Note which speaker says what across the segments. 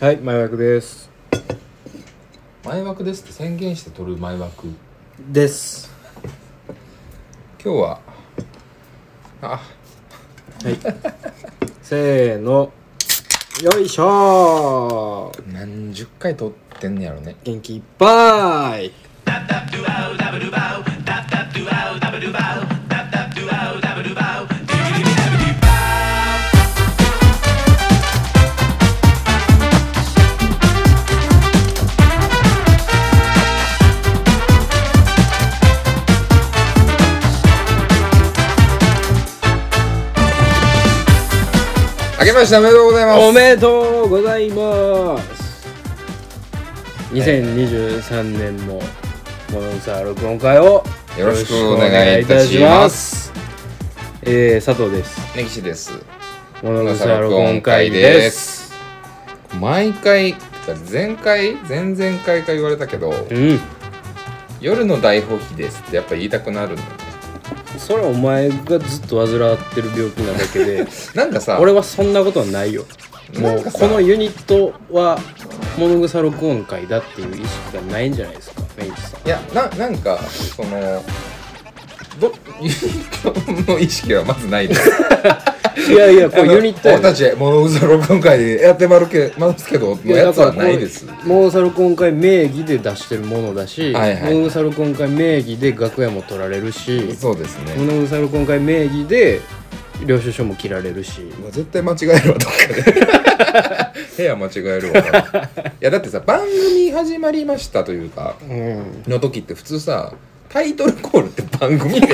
Speaker 1: はい前枠です
Speaker 2: 前枠ですって宣言して撮る前枠今
Speaker 1: です
Speaker 2: 日はあ
Speaker 1: はいせーのよいしょー
Speaker 2: 何十回撮ってんねやろね
Speaker 1: 元気いっぱい
Speaker 2: あけましておめでとうございます
Speaker 1: おめでとうございます2023年もモノンサー録音会を
Speaker 2: よろしくお願いいたします
Speaker 1: えー、佐藤です
Speaker 2: 根岸です
Speaker 1: モノンサー録音会です
Speaker 2: 毎回てか前回前々回か言われたけど
Speaker 1: うん
Speaker 2: 夜の大放棄ですってやっぱ言いたくなるんだよね
Speaker 1: それはお前がずっと患ってる病気なだけで
Speaker 2: なんかさ
Speaker 1: 俺はそんなことはないよも
Speaker 2: な
Speaker 1: うん
Speaker 2: かさ
Speaker 1: このユニットは物草録音会だっていう意識がないんじゃないですかメイジさん
Speaker 2: いやななんかそのど ユニットの意識はまずないです
Speaker 1: いやいやこれユニットや
Speaker 2: 俺たち物草録音会でやってまるけますけどの
Speaker 1: いや
Speaker 2: や
Speaker 1: だ
Speaker 2: つ
Speaker 1: から
Speaker 2: は
Speaker 1: こう
Speaker 2: ないです
Speaker 1: モーサル今回名義で出してるものだし、
Speaker 2: はいはい
Speaker 1: モーサル今回名義で楽屋も取られるし、
Speaker 2: そうですね
Speaker 1: モノウサル今回名義で領収書も切られるし、
Speaker 2: うわ絶対間違えるわどっかで部屋間違え るわいやだってさ番組始まりましたというか
Speaker 1: うん、
Speaker 2: の時って普通さタイトルコールって番組で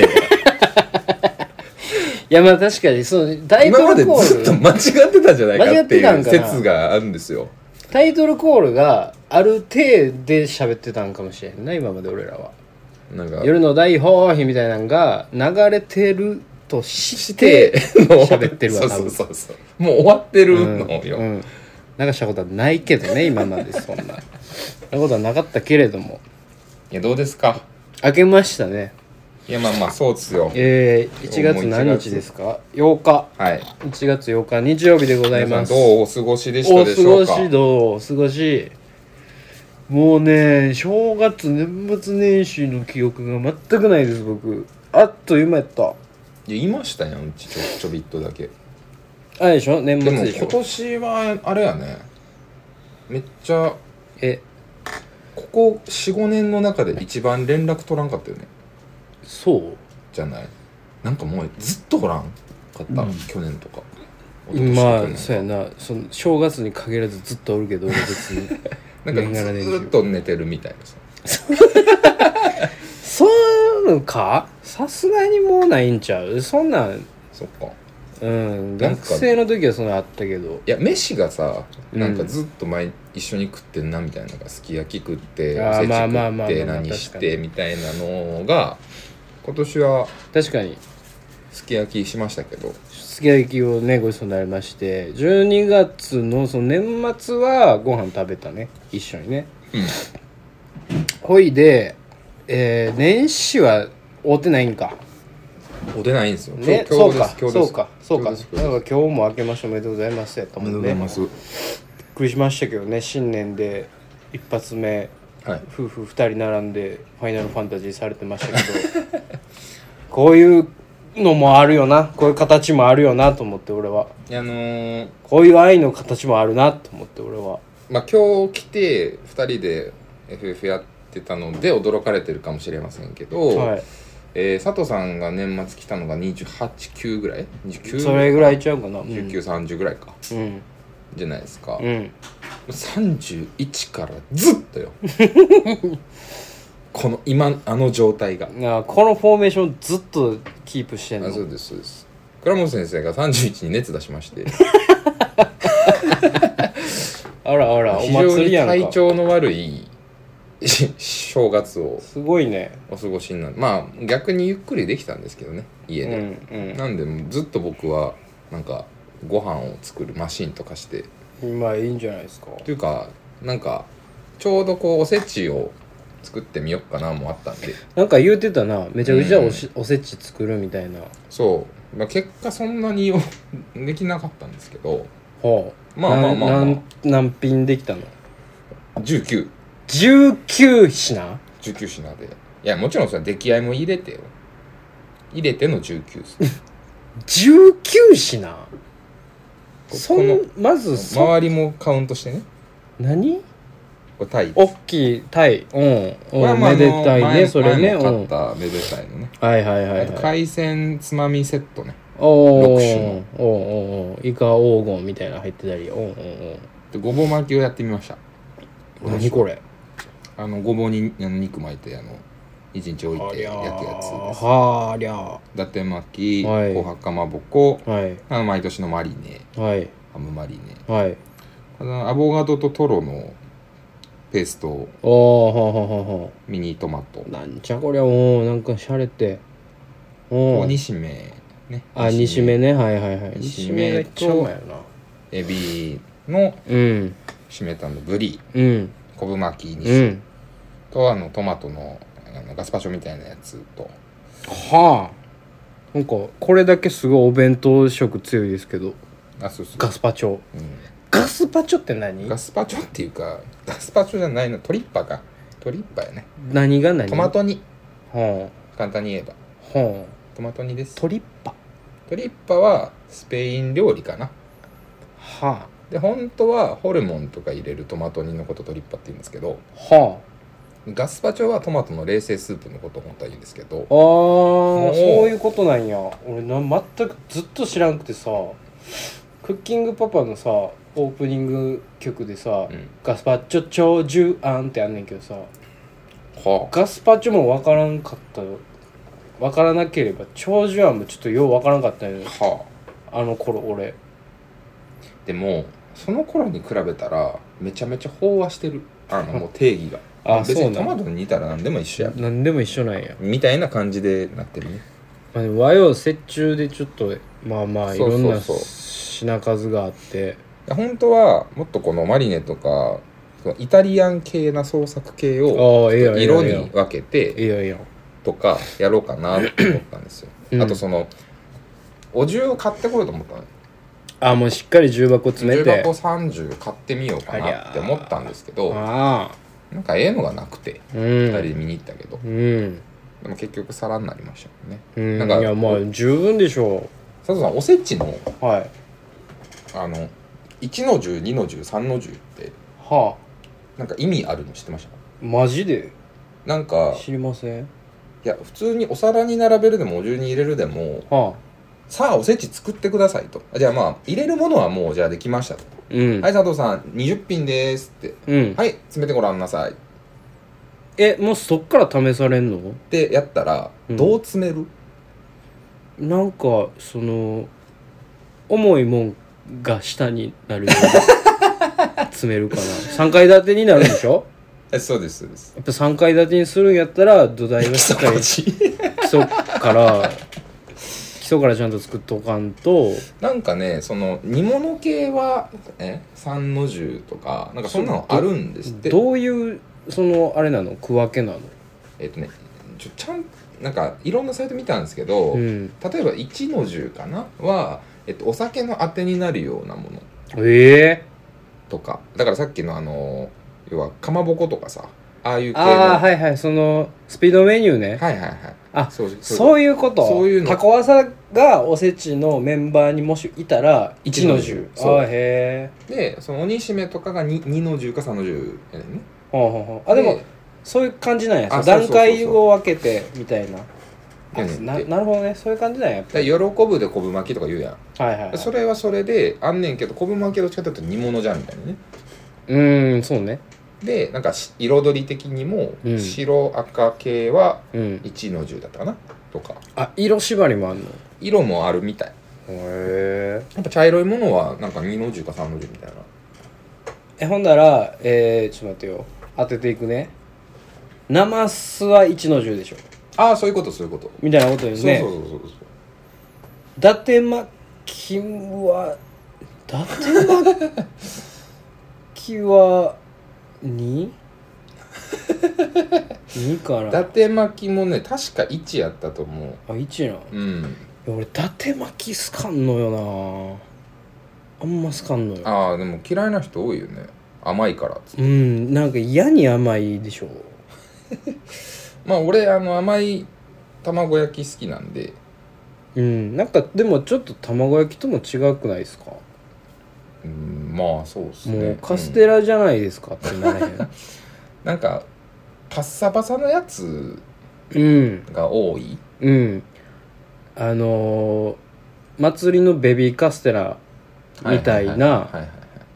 Speaker 1: いやまあ確かにその タイ
Speaker 2: 今
Speaker 1: ト
Speaker 2: まで
Speaker 1: ルコ
Speaker 2: ず
Speaker 1: ー
Speaker 2: っと
Speaker 1: ル
Speaker 2: 間違ってたんじゃないかって
Speaker 1: 間違
Speaker 2: い
Speaker 1: っ
Speaker 2: う
Speaker 1: てたんかな
Speaker 2: 説があるんですよ
Speaker 1: タイトルコールがある体で喋ってたんかもしれんな今まで俺らは
Speaker 2: なんか
Speaker 1: 夜の大放棄みたいなのが流れてるとし
Speaker 2: してての
Speaker 1: 喋ってるわ
Speaker 2: そ
Speaker 1: 多
Speaker 2: うそ
Speaker 1: 分
Speaker 2: うそうそうもう終わってる
Speaker 1: うん
Speaker 2: のよ、
Speaker 1: うん、流したことはないけどね今までそんなそんなことはなかったけれども
Speaker 2: いやどうですか
Speaker 1: 明けましたね
Speaker 2: いやまあまあそうっすよ
Speaker 1: えー、1月何日ですか8日
Speaker 2: はい
Speaker 1: 1月8日日曜日でござい
Speaker 2: 皆
Speaker 1: ます
Speaker 2: さんどうお過ごしでした
Speaker 1: お
Speaker 2: で
Speaker 1: 過
Speaker 2: しょ
Speaker 1: ご
Speaker 2: うか
Speaker 1: しどうお過ごしもうね正月年末年始の記憶が全くないです僕あっという間やった
Speaker 2: いやいましたやんうちちょちょびっとだけ
Speaker 1: あれでしょ年
Speaker 2: で
Speaker 1: 末
Speaker 2: も
Speaker 1: でし
Speaker 2: 今
Speaker 1: ょ
Speaker 2: 年はあれやねめっちゃ
Speaker 1: え
Speaker 2: ここ45年の中で一番連絡取らんかったよね
Speaker 1: そう
Speaker 2: じゃないなんかもうずっとおらんかった、
Speaker 1: うん
Speaker 2: 去年とか
Speaker 1: まあ
Speaker 2: 一
Speaker 1: そう
Speaker 2: 昨
Speaker 1: やなその正月に限らずずっとおるけど俺別に
Speaker 2: 年とか
Speaker 1: 年がら年
Speaker 2: なん
Speaker 1: 中
Speaker 2: かずっと寝てるみたいなさ
Speaker 1: そういうのかさすがにもうないんちゃうそんなん
Speaker 2: そっか
Speaker 1: うん
Speaker 2: なん
Speaker 1: 学
Speaker 2: か
Speaker 1: 生の時はそのあったけど
Speaker 2: いや飯がさ
Speaker 1: うん
Speaker 2: なんかずっと前一緒に食ってんなみたいなのがすき焼き食って
Speaker 1: あー
Speaker 2: おせち
Speaker 1: まあまあま
Speaker 2: 食っ
Speaker 1: あまあ
Speaker 2: て何し
Speaker 1: 確かに
Speaker 2: てみたいなのが今年は
Speaker 1: 確かに
Speaker 2: すき焼きしましたけど
Speaker 1: すき焼きをねごちそうになりまして12月のその年末はご飯食べたね一緒にね
Speaker 2: うん
Speaker 1: ほいで、えー年始は会うてないんか
Speaker 2: お出ないんですよ。
Speaker 1: ね
Speaker 2: 今
Speaker 1: そう
Speaker 2: 日今
Speaker 1: か
Speaker 2: 日です。
Speaker 1: そうかそうか
Speaker 2: 今
Speaker 1: なん
Speaker 2: 日です
Speaker 1: か今日も明けましておめでとうございますやった
Speaker 2: お
Speaker 1: も
Speaker 2: め
Speaker 1: んね
Speaker 2: でとうございます。
Speaker 1: びっくりしましたけどね新年で一発目
Speaker 2: はい。
Speaker 1: 夫婦2人並んで「ファイナルファンタジー」されてましたけど こういうのもあるよなこういう形もあるよなと思って俺はい
Speaker 2: やあのー、
Speaker 1: こういう愛の形もあるなと思って俺は
Speaker 2: まあ今日来て二人で FF やってたので驚かれてるかもしれませんけど、
Speaker 1: はい
Speaker 2: えー佐藤さんが年末来たのが二十八九ぐらい？二十九。
Speaker 1: それぐらいちゃうかなうん
Speaker 2: 十九三十ぐらいか
Speaker 1: うん
Speaker 2: じゃないですか。
Speaker 1: うん
Speaker 2: 三十一からずっとよ。 この今あの状態が。
Speaker 1: あこのフォーメーションずっとキープしてん
Speaker 2: あ
Speaker 1: の
Speaker 2: そうですそうです倉本先生が31に熱出しまして
Speaker 1: あら あらお
Speaker 2: 非常
Speaker 1: 祭
Speaker 2: に
Speaker 1: りやん
Speaker 2: 体
Speaker 1: か
Speaker 2: 調の悪いし正月を
Speaker 1: すごいね
Speaker 2: お過ごしになるまあ逆にゆっくりできたんですけどね家
Speaker 1: うんう
Speaker 2: で、
Speaker 1: ん
Speaker 2: なんでずっと僕はなんかご飯を作るマシンとかして
Speaker 1: 今いいんじゃないですか
Speaker 2: というかなんかちょうどこうおせちを作ってみようかなもあったんで
Speaker 1: なんか言うてたなめちゃくちゃおしおせち作るみたいな
Speaker 2: そう、まあ、結果そんなによできなかったんですけど
Speaker 1: ほう
Speaker 2: まあまあまあ、
Speaker 1: な
Speaker 2: ま
Speaker 1: ん何品できたの
Speaker 2: あ、1919
Speaker 1: 19品
Speaker 2: 品でいやもちろんそれは出来合いも入れてよ入れての19っす
Speaker 1: 19品そ
Speaker 2: こ
Speaker 1: んまずそ
Speaker 2: 周りもカウントしてね
Speaker 1: 何
Speaker 2: これタイ
Speaker 1: 大きいタイうん
Speaker 2: これ
Speaker 1: う
Speaker 2: は
Speaker 1: ん
Speaker 2: まあ
Speaker 1: めでた
Speaker 2: あの
Speaker 1: い
Speaker 2: 前
Speaker 1: ねそれね
Speaker 2: 前も
Speaker 1: う
Speaker 2: 買っ
Speaker 1: ん
Speaker 2: ためでたいのね、
Speaker 1: はいはいはい
Speaker 2: あと
Speaker 1: はい
Speaker 2: 海鮮つまみセットね
Speaker 1: お
Speaker 2: 六
Speaker 1: お
Speaker 2: 種
Speaker 1: ーおーおーおーイカ黄金みたいなの入ってたりおーおーおー
Speaker 2: でごぼう巻きをやってみました
Speaker 1: 何これ
Speaker 2: あのごぼうにあの肉巻いてあの一日置いて焼くやつです
Speaker 1: はありゃ
Speaker 2: 伊達巻き、
Speaker 1: はい
Speaker 2: おはかまぼこ
Speaker 1: ーはい
Speaker 2: あの毎年のマリネ
Speaker 1: はい
Speaker 2: ハムマリネ
Speaker 1: はい
Speaker 2: あのアボカドとトロのペースト
Speaker 1: おおほうほうほうほ
Speaker 2: ミニトマト
Speaker 1: うなんじゃこりゃおーなんかしゃれてお
Speaker 2: お
Speaker 1: お
Speaker 2: にしめね
Speaker 1: あ煮しめねはいはいはい
Speaker 2: 煮
Speaker 1: 煮
Speaker 2: し
Speaker 1: し
Speaker 2: め
Speaker 1: めが一番うまいよな
Speaker 2: エビの
Speaker 1: うん
Speaker 2: しめたのブリ
Speaker 1: うん
Speaker 2: 昆布巻きにし、
Speaker 1: うん
Speaker 2: とあのトマトのあのガスパチョみたいなやつと
Speaker 1: はあなんかこれだけすごいお弁当色強いですけど
Speaker 2: あそうそう
Speaker 1: ガスパチョ
Speaker 2: う
Speaker 1: ガスパチョって
Speaker 2: ん、
Speaker 1: 何
Speaker 2: ガスパチョっていうかガスパチョじゃないのトリッパかトリッパやね
Speaker 1: 何が何
Speaker 2: トマト煮
Speaker 1: は
Speaker 2: 簡単に言えば
Speaker 1: あはあ
Speaker 2: トマト煮です
Speaker 1: トリッパ
Speaker 2: トリッパはスペイン料理かな
Speaker 1: は
Speaker 2: で本当はホルモンとか入れるトマト煮のことトリッパって言うんですけど
Speaker 1: あは
Speaker 2: ガスパチョはトマトの冷製スープのことを本当は言うんですけど
Speaker 1: ああー
Speaker 2: う
Speaker 1: そういうことなんや俺な全くずっと知らんくてさクッキングパパのさオープニング曲でさ、
Speaker 2: うん
Speaker 1: ガスパチョ超重案ってあんねんけどさ
Speaker 2: は
Speaker 1: ガスパチョも分からんかったよ分からなければ長寿庵もちょっとよう分からんかったよね
Speaker 2: あは
Speaker 1: あの頃俺
Speaker 2: あでもその頃に比べたらめちゃめちゃ飽和してるあのもう定義が
Speaker 1: あ
Speaker 2: 別
Speaker 1: そう
Speaker 2: に
Speaker 1: な
Speaker 2: ト
Speaker 1: ん
Speaker 2: マトに似たら何でも一緒や
Speaker 1: 何でも一緒なんや、
Speaker 2: みたいな感じでなってるね
Speaker 1: まあ、でも和洋折衷でちょっとまあまあい
Speaker 2: そうそ
Speaker 1: ろ
Speaker 2: うん
Speaker 1: な
Speaker 2: そう
Speaker 1: 品数があって
Speaker 2: いや本当はもっとこのマリネとかそのイタリアン系な創作系を
Speaker 1: ああいいやんいいや
Speaker 2: 色
Speaker 1: んいいや
Speaker 2: に
Speaker 1: ん
Speaker 2: 分けて
Speaker 1: いいやんいいやん
Speaker 2: とかやろうかなって思ったんですよ、
Speaker 1: うん
Speaker 2: あとそのお重を買ってこようと思ったの
Speaker 1: あもうしっかり重箱詰め
Speaker 2: 重
Speaker 1: て
Speaker 2: 箱30買ってみようか
Speaker 1: ありゃ
Speaker 2: なって思ったんですけど
Speaker 1: ああ
Speaker 2: なんかええのがなくて
Speaker 1: う
Speaker 2: 2人で
Speaker 1: ん
Speaker 2: 見に行ったけど、
Speaker 1: うん
Speaker 2: でも結局皿になりましたもんね
Speaker 1: うん
Speaker 2: なんか
Speaker 1: いやまあ十分でしょ
Speaker 2: 佐藤さんおせちの
Speaker 1: うはい
Speaker 2: あの1の10、2の10、3の10って
Speaker 1: はあ
Speaker 2: なんか意味あるの知ってました
Speaker 1: マジで
Speaker 2: なんか
Speaker 1: 知りません
Speaker 2: いや普通にお皿に並べるでもお重に入れるでも
Speaker 1: はあ
Speaker 2: さあおせち作ってくださいとじゃあまあ入れるものはもうじゃあできましたと、
Speaker 1: うん
Speaker 2: はい佐藤さん20品ですって
Speaker 1: うん
Speaker 2: はい詰めてごらんなさいっ
Speaker 1: えもうそっから試されんの
Speaker 2: てやったら、
Speaker 1: うん
Speaker 2: どう詰める
Speaker 1: なんかその重いもんが下になるように 詰めるかな3階建てになるんでしょ
Speaker 2: えそうですそうです
Speaker 1: やっぱ3階建てにするんやったら土台がしっかり基
Speaker 2: ち
Speaker 1: 礎から基礎からちゃんと作っとかんと
Speaker 2: なんかねその煮物系はえ3の重とかなんかそんなのあるんですって
Speaker 1: どういうそのあれなの区分けなの
Speaker 2: えっとねちょちゃんなんかいろんなサイト見たんですけど、
Speaker 1: うん
Speaker 2: 例えば1の重かなは、えっと、お酒のあてになるようなもの
Speaker 1: ええ
Speaker 2: とかだからさっきのあの要はかまぼことかさああいう系の
Speaker 1: ああ
Speaker 2: はい、
Speaker 1: はいはいそのスピードメニューね
Speaker 2: はいはい
Speaker 1: あ
Speaker 2: そうそう
Speaker 1: そういうこと
Speaker 2: そういうの
Speaker 1: タコワサがおせちのメンバーにもしいたら
Speaker 2: 一
Speaker 1: 1
Speaker 2: の
Speaker 1: の
Speaker 2: 十
Speaker 1: 十
Speaker 2: そう
Speaker 1: あへえ
Speaker 2: でその鬼しめとかが 2, 2の10か3の10やねんね
Speaker 1: ほうほうほうあでもそういう感じなんや
Speaker 2: あ
Speaker 1: その段
Speaker 2: そうそう
Speaker 1: 階
Speaker 2: そうそ
Speaker 1: を分けてみたいなあ
Speaker 2: やねんて
Speaker 1: ななるほどねそういう感じなんややっぱ
Speaker 2: だ
Speaker 1: り
Speaker 2: から喜ぶで昆布巻きとか言うやん、
Speaker 1: はいはい、はい、
Speaker 2: それはそれであんねんけど昆布巻きはどっちかというと煮物じゃんみたいなね
Speaker 1: うーんそうね
Speaker 2: でなんかし彩り的にも、
Speaker 1: うん
Speaker 2: 白赤系は
Speaker 1: うん
Speaker 2: 1の10だったかなとか
Speaker 1: あ色縛りもあんのへ
Speaker 2: 色もあるみたい
Speaker 1: え
Speaker 2: やっぱ茶色いものはなんか2の10か3の10みたいな
Speaker 1: えほんならえー、ちょっと待ってよ当てていくねナマスは1の十でしょ
Speaker 2: ああそういうことそういうこと、
Speaker 1: みたいなことです
Speaker 2: そう
Speaker 1: ね
Speaker 2: そうそうそうそう
Speaker 1: 伊達巻きは伊達巻きは 2?2 か
Speaker 2: 伊
Speaker 1: な
Speaker 2: 達巻きもね確か1やったと思
Speaker 1: あ一1なのいう
Speaker 2: うん
Speaker 1: や俺伊達巻き好かんのよあんま好かんのよ
Speaker 2: ああでも嫌いな人多いよね甘いからっつって
Speaker 1: うんなんか嫌に甘いでしょ
Speaker 2: まあ俺あの甘い卵焼き好きなんで
Speaker 1: うんなんかでもちょっと卵焼きとも違くないですか
Speaker 2: うんまあそうっすね
Speaker 1: もうカステ
Speaker 2: ラ、
Speaker 1: ラじゃないですかってなら へ
Speaker 2: うんなんかパッサパサのやつ
Speaker 1: んうん
Speaker 2: が多い
Speaker 1: うんあのー祭りのベビーカステラみたいな、
Speaker 2: はいはいはいはい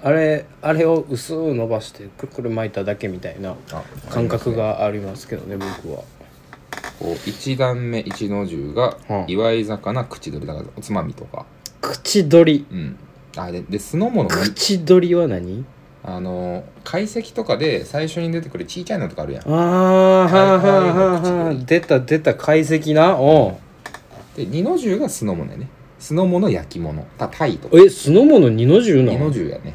Speaker 1: あれあれを薄く伸ばしてくるくる巻いただけみたいな
Speaker 2: あ
Speaker 1: 感覚がありますけどね僕は
Speaker 2: こう1段目一の重が
Speaker 1: うん
Speaker 2: 祝い魚口取りだからおつまみとか
Speaker 1: 口取り
Speaker 2: うんあでで酢の物 も
Speaker 1: 口取りは何
Speaker 2: あの解析とかで最初に出てくるちいちゃいのとかあるやん
Speaker 1: あーはあはあは
Speaker 2: はいはい
Speaker 1: あは
Speaker 2: は
Speaker 1: あ
Speaker 2: い口取り
Speaker 1: 出た出た解析なお
Speaker 2: で二の重が酢の物やね酢の物焼き物たタイと
Speaker 1: う
Speaker 2: か
Speaker 1: え酢の物二の重な
Speaker 2: 二の
Speaker 1: の
Speaker 2: 重やね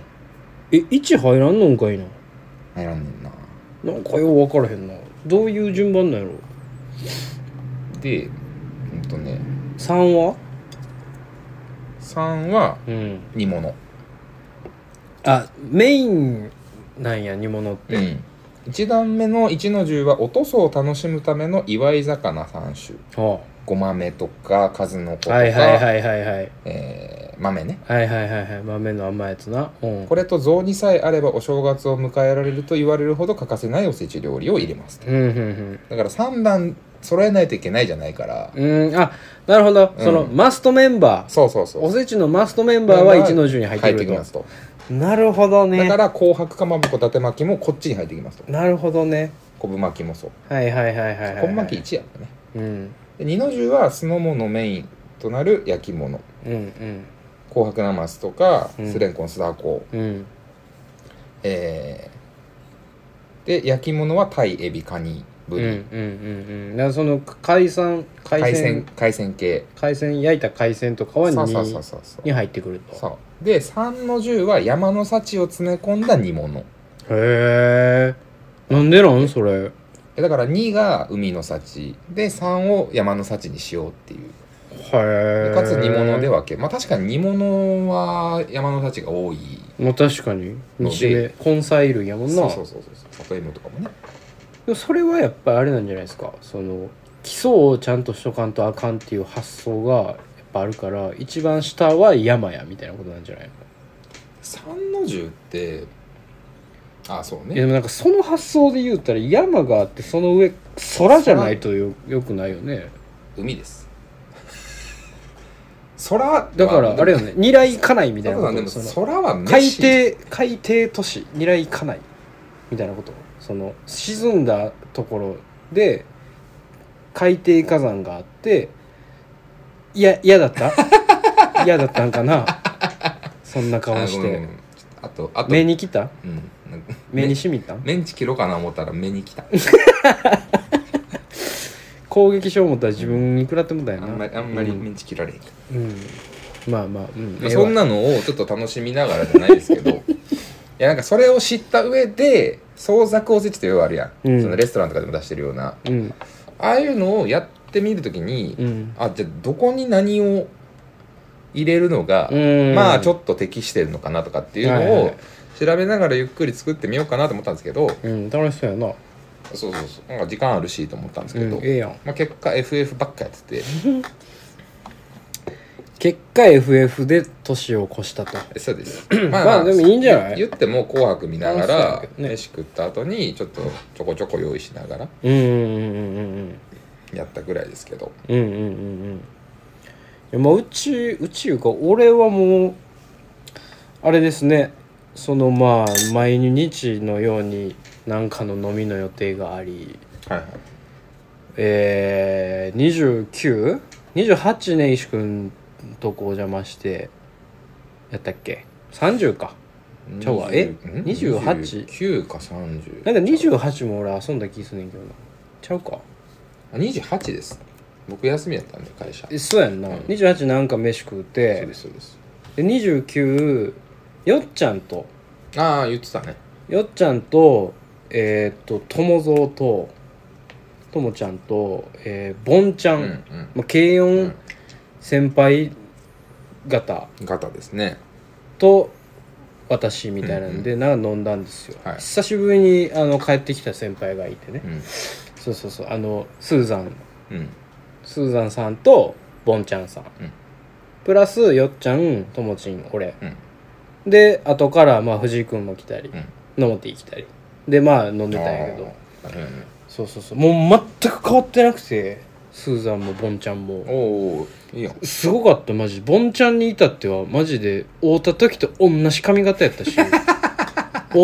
Speaker 1: え1入らんのんかいな
Speaker 2: 入らんねんな
Speaker 1: なんかよう分からへんなどういう順番なんやろ
Speaker 2: でうんとね
Speaker 1: 3は
Speaker 2: 3は
Speaker 1: うん
Speaker 2: 煮物
Speaker 1: あメインなんや煮物って、
Speaker 2: うん1段目の一の重はおとそを楽しむための祝い魚3種
Speaker 1: は
Speaker 2: ごまめとか数の子と
Speaker 1: あ
Speaker 2: か、
Speaker 1: はいはいはいはいはい
Speaker 2: えー豆ね
Speaker 1: はいはいはいはい豆の甘いやつなうん
Speaker 2: これと雑煮さえあればお正月を迎えられると言われるほど欠かせないおせち料理を入れます
Speaker 1: うんうん
Speaker 2: だから3段揃えないといけないじゃないから、
Speaker 1: うんうんあなるほど、
Speaker 2: うん
Speaker 1: そのマストメンバー
Speaker 2: そうそうそう
Speaker 1: おせちのマストメンバーは一の重に入ってくる
Speaker 2: きます
Speaker 1: と
Speaker 2: と
Speaker 1: なるほど
Speaker 2: だ
Speaker 1: ね
Speaker 2: から紅白かまぼこ伊達巻きもこっちに入ってきますと
Speaker 1: なるほどね
Speaker 2: 昆布巻きもそう
Speaker 1: はいはいはいはいはいはい
Speaker 2: 昆布巻き1やったね
Speaker 1: うん
Speaker 2: で二の重は酢の物メインとなる焼き物
Speaker 1: うんうん
Speaker 2: 紅白なますとか
Speaker 1: うん
Speaker 2: 酢れんこん酢だこ
Speaker 1: うん
Speaker 2: えーで焼き物はタイエビカニ
Speaker 1: うんうん
Speaker 2: ブリ、
Speaker 1: うんうんだからその海鮮海
Speaker 2: 海鮮
Speaker 1: 鮮
Speaker 2: 海鮮系
Speaker 1: 海鮮焼いた海鮮とかは
Speaker 2: そうそうそう
Speaker 1: 2
Speaker 2: そうそう
Speaker 1: に入ってくると
Speaker 2: そうで3の10は山の幸を詰め込んだ煮物
Speaker 1: へえなんでなんそれ
Speaker 2: えだから2が海の幸で3を山の幸にしようっていう
Speaker 1: へえ
Speaker 2: でかつ煮物で
Speaker 1: は
Speaker 2: 分けまあ確かに煮物は山の幸が多い
Speaker 1: まあ確かに
Speaker 2: の
Speaker 1: 西で
Speaker 2: で
Speaker 1: 根菜類やもんな
Speaker 2: そうそうそうそう里芋とかもね
Speaker 1: でもそれはやっぱりあれなんじゃないですかその基礎をちゃんとしとかんとあかんっていう発想がやっぱあるから一番下は山やみたいなことなんじゃないの、
Speaker 2: 3の10ってあそう
Speaker 1: いやで
Speaker 2: ね
Speaker 1: もなんかその発想で言うたら山があってその上空じゃないとよよくないよね
Speaker 2: 海です空
Speaker 1: だからあれよね二来行かないみた
Speaker 2: で
Speaker 1: いな
Speaker 2: も
Speaker 1: こ
Speaker 2: さんで
Speaker 1: と
Speaker 2: も
Speaker 1: その
Speaker 2: 空は
Speaker 1: 海
Speaker 2: 飯
Speaker 1: 底海底都市二来行かないみたいなことその沈んだところで海底火山があっていや嫌だった 嫌だったんかなそんな顔し
Speaker 2: あごめん
Speaker 1: て
Speaker 2: ごめんあとあと
Speaker 1: 目に来た
Speaker 2: うんなんか
Speaker 1: 目にしみた
Speaker 2: メンチ切ろうかな思ったら目に来た
Speaker 1: 攻撃しよう思ったら自分に食らってもたよ
Speaker 2: あ
Speaker 1: なん
Speaker 2: まりあんまり
Speaker 1: うん
Speaker 2: メンチ切られへん、
Speaker 1: うんまあまあうん
Speaker 2: まあそん
Speaker 1: な
Speaker 2: なのをちょっと楽しみながらじゃないで すけどいやなんかそれを知った上で創作おせちってようあるやん、
Speaker 1: うん
Speaker 2: そのレストランとかでも出してるような
Speaker 1: うん
Speaker 2: ああいうのをやってみるときに、
Speaker 1: うん
Speaker 2: あじゃあどこに何を入れるのが、
Speaker 1: うん
Speaker 2: まあちょっと適してるのかなとかっていう
Speaker 1: はいはい
Speaker 2: の
Speaker 1: は
Speaker 2: を
Speaker 1: い
Speaker 2: 調べながらゆっくり作ってみようかなと思ったんですけど
Speaker 1: うん楽しそうやな
Speaker 2: そうそうそうなんか時間あるしと思ったんです
Speaker 1: う
Speaker 2: け
Speaker 1: ん
Speaker 2: ど、
Speaker 1: ええやん
Speaker 2: まあ、結果 FF ばっかやってて
Speaker 1: 結果 FF で年を越したと
Speaker 2: そ うです。
Speaker 1: まあでもいいんじゃない
Speaker 2: 言っても「紅白」見なが
Speaker 1: あそうだ
Speaker 2: ら
Speaker 1: け、どね
Speaker 2: 飯食った後にちょっとちょこちょこ用意しながら
Speaker 1: うんうんうんうんうん
Speaker 2: やったぐらいですけど
Speaker 1: うんうんうんうんいやまあうちうちいうか俺はもうあれですねそのまあ毎日のように何かの飲みの予定があり
Speaker 2: はいはい
Speaker 1: えー、29?28 ね石君とこお邪魔してやったっけ30かちゃうわえ
Speaker 2: ん
Speaker 1: 28
Speaker 2: 29か30
Speaker 1: なんか28も俺遊んだ気すんねんけどなちゃうか
Speaker 2: あ28です僕休みやったんで会社
Speaker 1: えそうやんな、
Speaker 2: うん
Speaker 1: 28なんか飯食う
Speaker 2: そう
Speaker 1: て
Speaker 2: ですそうです
Speaker 1: で29よっちゃんと
Speaker 2: ああ言ってたね
Speaker 1: よっちゃんとえーっと友蔵とともちゃんとえーぼんちゃ、
Speaker 2: うんん
Speaker 1: まあ、軽
Speaker 2: うんう
Speaker 1: 音
Speaker 2: ん
Speaker 1: 先輩方
Speaker 2: ガタですね
Speaker 1: と私みたいなんで、なんか飲んだんですよ、
Speaker 2: はい
Speaker 1: 久しぶりにあの帰ってきた先輩がいてね、
Speaker 2: うん
Speaker 1: そうそうそうあのスーザン
Speaker 2: うん
Speaker 1: スーザンさんとボンちゃんさん、
Speaker 2: うん
Speaker 1: プラスよっちゃんともちん俺
Speaker 2: うん
Speaker 1: で後からまあ藤井君も来たり
Speaker 2: う、ん
Speaker 1: 野本来たりでまあ飲んでたんやけど
Speaker 2: あー大変やね
Speaker 1: そうそうそうもう全く変わってなくてスーザンもボンちゃんも
Speaker 2: おおいいやん
Speaker 1: すごかったマジボンちゃんに至ってはマジで会うた時と同じ髪型やった し会